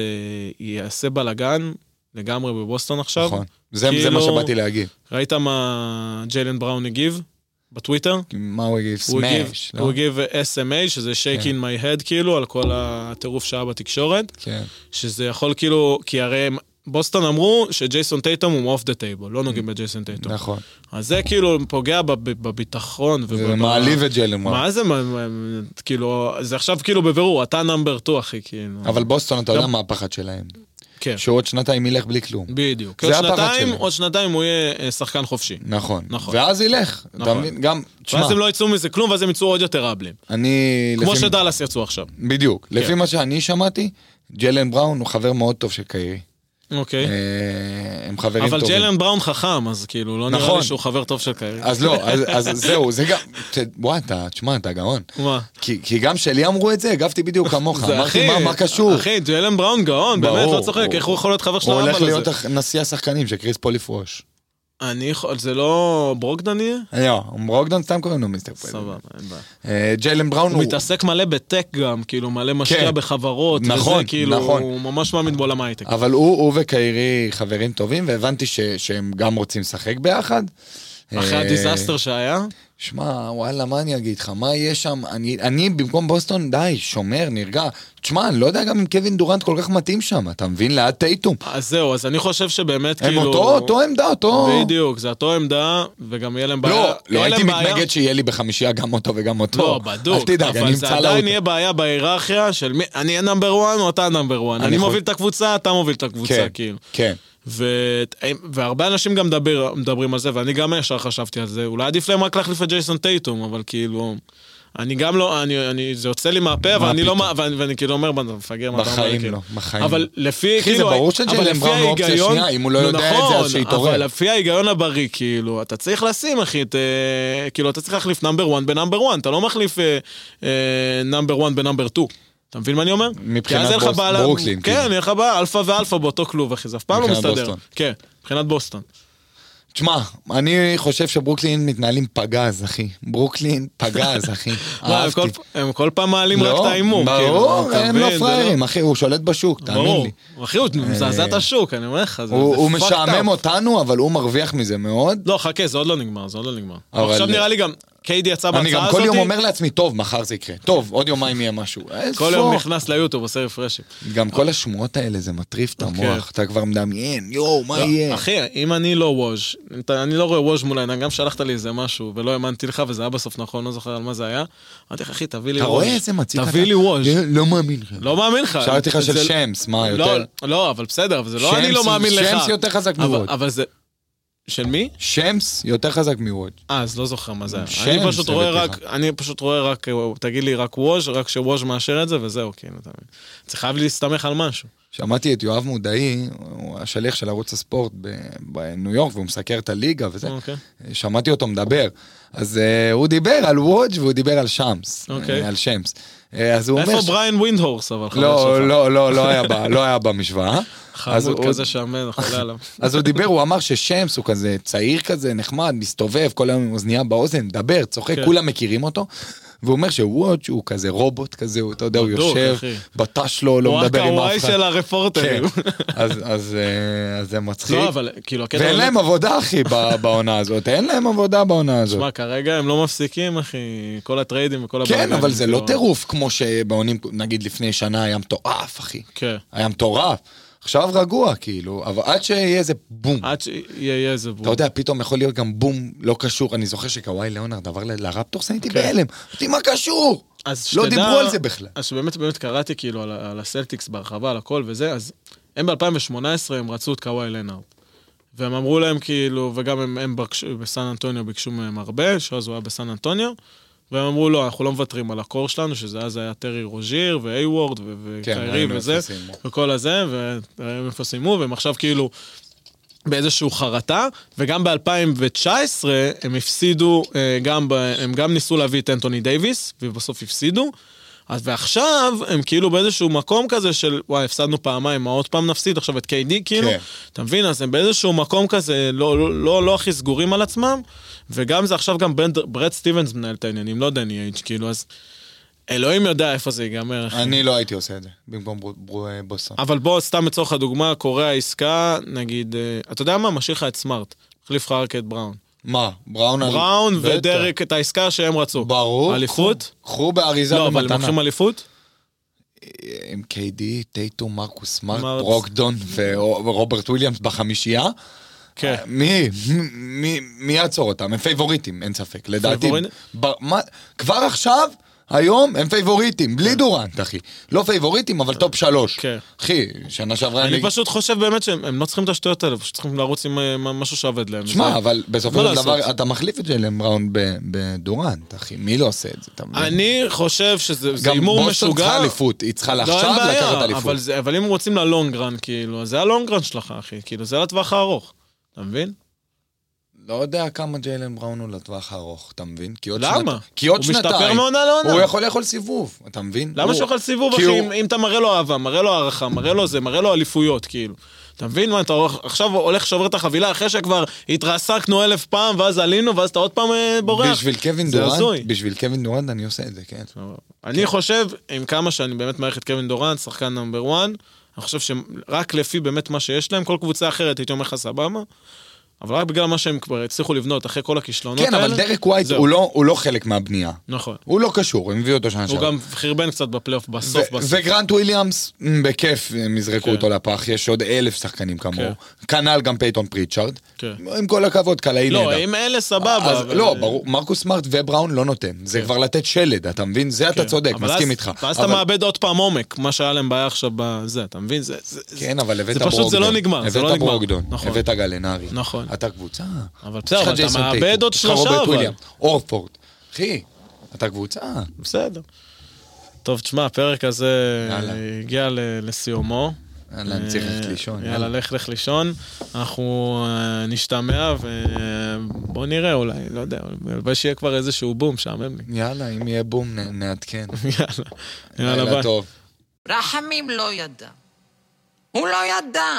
Speaker 1: יעשה בלאגן לגמרי בבוסטון עכשיו.
Speaker 2: נכון. זה זה מה
Speaker 1: כאילו-
Speaker 2: שבאתי להגיד.
Speaker 1: ראית מה ג'יילן בראון הגיב בטוויטר?
Speaker 2: מה הוא הגיב? לא?
Speaker 1: הוא הגיב-
Speaker 2: סמאש.
Speaker 1: הוא הגיב SMA, שזה שייק אין מי הד, כאילו, על כל הטירוף שהיה בתקשורת,
Speaker 2: כן.
Speaker 1: שזה יכול כאילו, כי הרי הם- בוסטון אמרו שג'ייסון טייטום הוא אוף דה טייבל, לא נוגעים בג'ייסון טייטום.
Speaker 2: נכון.
Speaker 1: אז זה כאילו פוגע בב- בביטחון. וב-
Speaker 2: זה מעליב את ג'יילן בראון.
Speaker 1: מה זה, מה- מה- כאילו, זה עכשיו כאילו בבירור, אתה נאמבר 2 אחי, כאילו.
Speaker 2: אבל בוסטון, אתה יודע
Speaker 1: גם-
Speaker 2: מה הפחד שלהם.
Speaker 1: כן,
Speaker 2: שהוא עוד שנתיים ילך בלי כלום.
Speaker 1: בדיוק.
Speaker 2: זה
Speaker 1: עוד
Speaker 2: הפחד
Speaker 1: שנתיים,
Speaker 2: שלהם.
Speaker 1: עוד שנתיים הוא יהיה אה, שחקן חופשי.
Speaker 2: נכון.
Speaker 1: נכון.
Speaker 2: ואז ילך. אתה
Speaker 1: נכון.
Speaker 2: מבין? גם, תשמע,
Speaker 1: ואז הם לא יצאו מזה כלום, ואז הם יצאו עוד יותר אבלים.
Speaker 2: אני...
Speaker 1: כמו
Speaker 2: לפי-
Speaker 1: שדאלאס יצאו עכשיו.
Speaker 2: בדיוק. לפי
Speaker 1: כן.
Speaker 2: מה שאני שמעתי, ג'לן בראון הוא חבר מאוד טוב של קיירי.
Speaker 1: אוקיי.
Speaker 2: אה, הם חברים
Speaker 1: אבל
Speaker 2: טובים.
Speaker 1: ג'לן בראון חכם, אז כאילו, לא נראה
Speaker 2: נכון.
Speaker 1: לי שהוא חבר טוב של קיירי.
Speaker 2: אז לא, אז- אז זהו, זה גם... וואי, אתה, תשמע, אתה גאון.
Speaker 1: מה?
Speaker 2: כי כי גם שלי אמרו את זה, הגבתי בדיוק כמוך.
Speaker 1: זה
Speaker 2: אמרתי,
Speaker 1: אחי,
Speaker 2: מה- מה קשור?
Speaker 1: אחי, ג'לן בראון גאון, באמת,
Speaker 2: ברור,
Speaker 1: לא צוחק,
Speaker 2: הוא-
Speaker 1: איך הוא יכול להיות חבר של
Speaker 2: הוא הולך
Speaker 1: האבא
Speaker 2: להיות
Speaker 1: לזה?
Speaker 2: הח- נשיא השחקנים שקריס פול יפרוש.
Speaker 1: אני יכול, זה לא ברוקדן יהיה?
Speaker 2: לא, רוקדון סתם קוראים לו מיסטר פרזידנט.
Speaker 1: סבבה, אין בעיה.
Speaker 2: אה, ג'יילן בראון
Speaker 1: הוא
Speaker 2: הוא...
Speaker 1: מתעסק מלא בטק גם, כאילו, מלא משקיע
Speaker 2: כן.
Speaker 1: בחברות, וזה
Speaker 2: נכון,
Speaker 1: כאילו,
Speaker 2: נכון.
Speaker 1: הוא ממש מאמין בעולם ההייטק.
Speaker 2: אבל הוא, הוא וקיירי חברים טובים, והבנתי ש, שהם גם רוצים לשחק ביחד.
Speaker 1: אחרי
Speaker 2: אה,
Speaker 1: הדיזסטר שהיה,
Speaker 2: שמע, וואלה, מה אני אגיד לך? מה יהיה שם? אני, אני במקום בוסטון, די, שומר, נרגע. תשמע, אני לא יודע גם אם קווין דורנט כל כך מתאים שם, אתה מבין? ליד טייטום.
Speaker 1: אז זהו, אז אני חושב שבאמת
Speaker 2: הם
Speaker 1: כאילו...
Speaker 2: אותו, אותו עמדה, אותו...
Speaker 1: בדיוק, זה אותו עמדה, וגם יהיה להם בעיה.
Speaker 2: לא, לא
Speaker 1: יהיה
Speaker 2: הייתי
Speaker 1: להם בעיה-
Speaker 2: מתנגד שיהיה לי בחמישייה גם אותו וגם אותו.
Speaker 1: לא, בדוק.
Speaker 2: אל תדאג, אני
Speaker 1: אבל זה
Speaker 2: אמצא לה
Speaker 1: עדיין
Speaker 2: אותו.
Speaker 1: יהיה בעיה בהיררכיה של מי, אני נאמבר 1 או אתה נאמבר 1.
Speaker 2: אני
Speaker 1: אני
Speaker 2: חו-
Speaker 1: מוביל את הקבוצה, אתה מוביל את
Speaker 2: כן,
Speaker 1: הקבוצה, כאילו.
Speaker 2: כן.
Speaker 1: ו- והרבה אנשים גם מדבר, מדברים על זה, ואני גם ישר חשבתי על זה. אולי עדיף להם רק להחליף את ג'ייסון טייטום, אבל כאילו... אני גם לא, אני, אני, זה יוצא לי מהפה,
Speaker 2: מה
Speaker 1: ואני לא,
Speaker 2: פתאום?
Speaker 1: מה- ואני, ואני כאילו אומר, "בן, אתה מפגר מה אתה אומר,
Speaker 2: בחיים
Speaker 1: כאילו."
Speaker 2: לא, בחיים
Speaker 1: אבל
Speaker 2: לא.
Speaker 1: לפי,
Speaker 2: אחי, זה
Speaker 1: כאילו,
Speaker 2: ברור
Speaker 1: אבל
Speaker 2: שג'יילן
Speaker 1: לפי
Speaker 2: בראון הוא אופציה
Speaker 1: ההיגיון-
Speaker 2: שנייה, אם הוא לא יודע את זה, אז
Speaker 1: נכון,
Speaker 2: שיתעורר.
Speaker 1: אבל לפי ההיגיון הבריא, כאילו, אתה צריך לשים, אחי, את, אה, כאילו, אתה צריך להחליף נאמבר 1 בנאמבר 1, אתה לא מחליף אה, נאמבר 1 בנאמבר 2. אתה מבין מה אני אומר?
Speaker 2: מבחינת
Speaker 1: כי אז אין לך
Speaker 2: בוס-
Speaker 1: בעלה-
Speaker 2: ברוקלין,
Speaker 1: כן,
Speaker 2: כאילו.
Speaker 1: יהיה לך בעיה, אלפא ואלפא באותו כלוב, אחי, זה אף פעם לא
Speaker 2: מבחינת
Speaker 1: מסתדר.
Speaker 2: בוסטון. אה,
Speaker 1: כן, מבחינת בוסטון.
Speaker 2: תשמע, אני חושב שברוקלין מתנהלים פגז, אחי. ברוקלין פגז, אחי.
Speaker 1: לא, הם
Speaker 2: אהבתי.
Speaker 1: כל- הם כל פעם מעלים רק
Speaker 2: לא,
Speaker 1: את ההימור. כאילו,
Speaker 2: ברור,
Speaker 1: אתה
Speaker 2: הם
Speaker 1: מבין?
Speaker 2: לא
Speaker 1: זה
Speaker 2: פראיירים, אחי, הוא שולט בשוק, תאמין
Speaker 1: ברור.
Speaker 2: לי. אה,
Speaker 1: אחי, הוא מזעזע את השוק, אני אומר לך. זה-
Speaker 2: הוא
Speaker 1: זה
Speaker 2: הוא
Speaker 1: fucked
Speaker 2: משעמם
Speaker 1: up.
Speaker 2: אותנו, אבל הוא מרוויח מזה מאוד.
Speaker 1: לא, חכה, זה עוד לא נגמר, זה עוד לא נגמר.
Speaker 2: אבל-
Speaker 1: עכשיו נראה לי גם, קיידי יצא
Speaker 2: אני
Speaker 1: בהצעה
Speaker 2: גם
Speaker 1: הזאת,
Speaker 2: כל יום אומר לעצמי, טוב, מחר זה יקרה. טוב, עוד יומיים יהיה משהו.
Speaker 1: כל יום
Speaker 2: איפה?
Speaker 1: נכנס ליוטיוב, עושה רפרשים.
Speaker 2: גם כל השמועות האלה, זה מטריף את המוח. אתה כבר מדמיין, יואו, מה
Speaker 1: אוקיי. לא,
Speaker 2: יהיה?
Speaker 1: אחי, אם אני לא ווז', אתה- אני לא רואה ווז' מול העיניים, גם שלחת לי איזה משהו ולא האמנתי לך, וזה היה בסוף נכון, לא זוכר על מה זה היה. אמרתי לך, אחי, תביא לי
Speaker 2: אתה
Speaker 1: ווז'.
Speaker 2: רואה איזה מציק אתה?
Speaker 1: תביא לי ווז'.
Speaker 2: לא- לא מאמין לך.
Speaker 1: לא מאמין לך.
Speaker 2: שאלתי לך של
Speaker 1: זה-
Speaker 2: שמס, מה
Speaker 1: לא,
Speaker 2: יותר?
Speaker 1: לא, אבל בסדר, אבל זה לא
Speaker 2: שמס-
Speaker 1: אני לא מאמין לך.
Speaker 2: שמס יותר חזק
Speaker 1: אבל-
Speaker 2: מווד.
Speaker 1: אבל זה... של מי?
Speaker 2: שמס יותר חזק מווד.
Speaker 1: אה, אז לא זוכר מה זה היה.
Speaker 2: שמס,
Speaker 1: אני פשוט רואה
Speaker 2: הבאתי
Speaker 1: רק, אני פשוט רואה רק, אה, תגיד לי רק ווז', רק שווז' מאשר את זה, וזהו, כאילו, אתה מבין. זה חייב להסתמך על משהו.
Speaker 2: שמעתי את יואב מודעי, הוא השליח של ערוץ הספורט ב- בניו יורק, והוא מסקר את הליגה וזה.
Speaker 1: אוקיי.
Speaker 2: שמעתי אותו מדבר. אז אה, הוא דיבר על וודג' והוא דיבר על שמס.
Speaker 1: אוקיי.
Speaker 2: אה, על שמס. אה, אז הוא אומר...
Speaker 1: איפה
Speaker 2: ש-
Speaker 1: בריין ווינדהורס, אבל חבר
Speaker 2: לא,
Speaker 1: שלך?
Speaker 2: לא, לא, לא היה ב- לא היה במשוואה. אז
Speaker 1: חמוד
Speaker 2: הוא-
Speaker 1: כזה שמן, חולה עליו.
Speaker 2: אז הוא דיבר, הוא אמר ששמס הוא כזה צעיר כזה, נחמד, מסתובב כל היום עם אוזנייה באוזן, מדבר, צוחק,
Speaker 1: כן.
Speaker 2: כולם מכירים אותו. והוא אומר שוואץ' הוא כזה רובוט כזה, הוא, אתה יודע, הוא
Speaker 1: בדוק,
Speaker 2: יושב,
Speaker 1: אחי.
Speaker 2: בתא שלו, לא
Speaker 1: הוא
Speaker 2: מדבר עם
Speaker 1: הקוואי
Speaker 2: אף אחד.
Speaker 1: של הרפורטרים.
Speaker 2: כן. אז, אז, אה, אז זה מצחיק.
Speaker 1: לא, אבל כאילו, הקטע...
Speaker 2: ואין
Speaker 1: באמת-
Speaker 2: להם עבודה, אחי, ב- בעונה הזאת. אין להם עבודה בעונה הזאת.
Speaker 1: שמע, כרגע הם לא מפסיקים, אחי, כל הטריידים וכל
Speaker 2: כן, אבל זה לא
Speaker 1: כאילו.
Speaker 2: טירוף כמו שבעונים, נגיד לפני שנה היה מטורף, אחי.
Speaker 1: כן.
Speaker 2: היה מטורף. עכשיו רגוע, כאילו, אבל עד שיהיה איזה בום.
Speaker 1: עד שיהיה איזה בום.
Speaker 2: אתה יודע, פתאום יכול להיות גם בום לא קשור. אני זוכר שקוואי ליאונרד עבר ל- לרפטורס, הייתי
Speaker 1: כן.
Speaker 2: בהלם. אמרתי, מה קשור?
Speaker 1: אז
Speaker 2: לא
Speaker 1: שתדע-
Speaker 2: דיברו על זה בכלל.
Speaker 1: אז שבאמת באמת קראתי כאילו על, ה- על הסלטיקס בהרחבה, על הכל וזה, אז הם ב-2018 הם רצו את קוואי לנארד. והם אמרו להם כאילו, וגם הם, הם בקש, בסן אנטוניו ביקשו מהם הרבה, שאז הוא היה בסן אנטוניו, והם אמרו לא, אנחנו לא מוותרים על הקור שלנו, שזה אז היה טרי רוז'יר ואיי וורד ו-
Speaker 2: כן,
Speaker 1: וקיירי
Speaker 2: ראינו
Speaker 1: וזה,
Speaker 2: איפה סיימו.
Speaker 1: וכל הזה, והם איפה סיימו, והם עכשיו כאילו באיזשהו חרטה, וגם ב-2019 הם הפסידו, אה, גם ב- הם גם ניסו להביא את אנטוני דייוויס, ובסוף הפסידו. אז ועכשיו הם כאילו באיזשהו מקום כזה של וואי הפסדנו פעמיים מה עוד פעם נפסיד עכשיו את KD כאילו
Speaker 2: כן.
Speaker 1: אתה מבין אז הם באיזשהו מקום כזה לא לא לא, לא הכי סגורים על עצמם וגם זה עכשיו גם ברד, ברד סטיבנס מנהל את העניינים לא דני אייג' כאילו אז אלוהים יודע איפה זה ייגמר אחי.
Speaker 2: אני לא הייתי עושה את זה, במקום בר- בר- בוסון.
Speaker 1: אבל בוא, סתם לצורך הדוגמה, קורע עסקה, נגיד, אה, אתה יודע מה? משאיר לך את סמארט, החליף לך רק את בראון.
Speaker 2: מה, בראון... על-
Speaker 1: בראון
Speaker 2: בטח.
Speaker 1: ודרק את העסקה שהם רצו.
Speaker 2: ברור.
Speaker 1: אליפות?
Speaker 2: קחו- קחו באריזה
Speaker 1: לא, אבל הם
Speaker 2: במתנה.
Speaker 1: לוקחים אליפות?
Speaker 2: עם קיי-די, טייטום, מרקוס סמארט,
Speaker 1: מרץ.
Speaker 2: ברוקדון ורוברט וויליאמס בחמישייה.
Speaker 1: כן.
Speaker 2: מי, מי, מי יעצור אותם? הם פייבוריטים, אין ספק, לדעתי.
Speaker 1: פייבוריטים?
Speaker 2: ב, מה, כבר עכשיו, היום, הם פייבוריטים, בלי דורנט, אחי. לא פייבוריטים, אבל טופ שלוש.
Speaker 1: כן.
Speaker 2: אחי, שנה שעברה...
Speaker 1: אני
Speaker 2: ליג-
Speaker 1: פשוט חושב באמת שהם הם לא צריכים את השטויות האלה, פשוט צריכים לרוץ עם אה, מה- משהו שעובד להם.
Speaker 2: שמע,
Speaker 1: זה-
Speaker 2: אבל בסופו
Speaker 1: מה
Speaker 2: של
Speaker 1: לעשות?
Speaker 2: דבר, אתה מחליף את ג'לם בראון ב- בדורנט, אחי. מי לא עושה את זה, אתה מבין?
Speaker 1: אני חושב שזה זה
Speaker 2: גם
Speaker 1: הימור
Speaker 2: בוסטון
Speaker 1: משוגע.
Speaker 2: צריכה אליפות, היא צריכה
Speaker 1: לא, אין
Speaker 2: עכשיו לקחת
Speaker 1: בעיה,
Speaker 2: אליפות.
Speaker 1: אבל זה- אבל אם רוצים ללונגרן, כאילו, אז זה הלונגרן שלך, אחי, כאילו, זה לטווח הארוך. אתה מבין?
Speaker 2: לא יודע כמה ג'יילן בראון הוא לטווח הארוך, אתה מבין? כי עוד
Speaker 1: למה?
Speaker 2: שנת- כי עוד
Speaker 1: הוא
Speaker 2: שנתיים.
Speaker 1: משתפר מעונה לעונה.
Speaker 2: הוא יכול לאכול סיבוב, אתה מבין?
Speaker 1: למה
Speaker 2: הוא-
Speaker 1: שיאכל סיבוב,
Speaker 2: כי
Speaker 1: אחי,
Speaker 2: הוא-
Speaker 1: אם- אם אתה מראה לו אהבה, מראה לו הערכה, מראה לו זה, מראה לו אליפויות, כאילו. אתה מבין מה, אתה הולך- עכשיו הולך שובר את החבילה אחרי שכבר התרסקנו אלף פעם, ואז עלינו, ואז אתה עוד פעם אה, בורח.
Speaker 2: בשביל קווין
Speaker 1: זה הזוי.
Speaker 2: דורנט, בשביל קווין דורנט אני עושה את זה, כן.
Speaker 1: אני חושב, עם כמה שאני באמת מעריך את קווין דורנט, שחקן נאמבר 1, אני חושב שרק לפי באמת מה שיש להם, כל קבוצה אחרת, הייתי אומר לך סבבה. אבל רק בגלל מה שהם כבר הצליחו לבנות אחרי כל הכישלונות
Speaker 2: כן,
Speaker 1: האלה.
Speaker 2: אבל דרק ווייט
Speaker 1: לא זהו.
Speaker 2: הוא לא- הוא לא חלק מהבנייה.
Speaker 1: נכון.
Speaker 2: הוא לא קשור, הם הביאו אותו שנה
Speaker 1: הוא
Speaker 2: שעברה.
Speaker 1: גם חרבן קצת בפלייאוף בסוף,
Speaker 2: ו-
Speaker 1: בסוף.
Speaker 2: וגרנט וויליאמס, מ, בכיף הם יזרקו
Speaker 1: כן.
Speaker 2: אותו לפח, יש עוד אלף שחקנים כמוהו. כנ"ל גם פייתון פריצ'ארד.
Speaker 1: כן.
Speaker 2: עם כל הכבוד, קלעי נהדר.
Speaker 1: לא, אם אלה סבבה.
Speaker 2: אז
Speaker 1: אבל-
Speaker 2: לא, ברור, מרקוס סמארט ובראון לא נותן. זה כבר לתת שלד, אתה מבין? זה אתה
Speaker 1: כן.
Speaker 2: צודק,
Speaker 1: אבל
Speaker 2: מסכים
Speaker 1: אז-
Speaker 2: איתך.
Speaker 1: ואז אתה
Speaker 2: אבל-
Speaker 1: מאבד עוד פעם עומק, מה שהיה להם בעיה עכשיו בזה, אתה מבין? זה- זה- זה-
Speaker 2: כן, אבל הבאת
Speaker 1: זה
Speaker 2: ברוקדון.
Speaker 1: פשוט, זה לא נגמר, זה לא
Speaker 2: הבאת
Speaker 1: נגמר.
Speaker 2: ברוקדון,
Speaker 1: נכון.
Speaker 2: הבאת גלנרי.
Speaker 1: נכון.
Speaker 2: אתה קבוצה.
Speaker 1: אבל
Speaker 2: יש
Speaker 1: בסדר,
Speaker 2: לך
Speaker 1: אבל אתה
Speaker 2: ג'ייסון
Speaker 1: מאבד
Speaker 2: טייטום,
Speaker 1: עוד
Speaker 2: יש לך
Speaker 1: שלושה,
Speaker 2: רוברט
Speaker 1: אבל.
Speaker 2: וויליאמס, אורפורד. אחי, אתה קבוצה.
Speaker 1: בסדר. טוב, תשמע, הפרק הזה
Speaker 2: יאללה.
Speaker 1: אה, הגיע ל- לסיומו.
Speaker 2: יאללה, אני צריך ללכת לישון.
Speaker 1: אה, יאללה, לך לך לישון. אנחנו אה, נשתמע ובוא נראה אולי, לא יודע, אולי שיהיה כבר איזשהו בום, שעמם לי.
Speaker 2: יאללה, אם יהיה בום, נ- נעדכן.
Speaker 1: יאללה, יאללה ביי.
Speaker 2: לילה טוב.
Speaker 3: רחמים לא ידע. הוא לא ידע.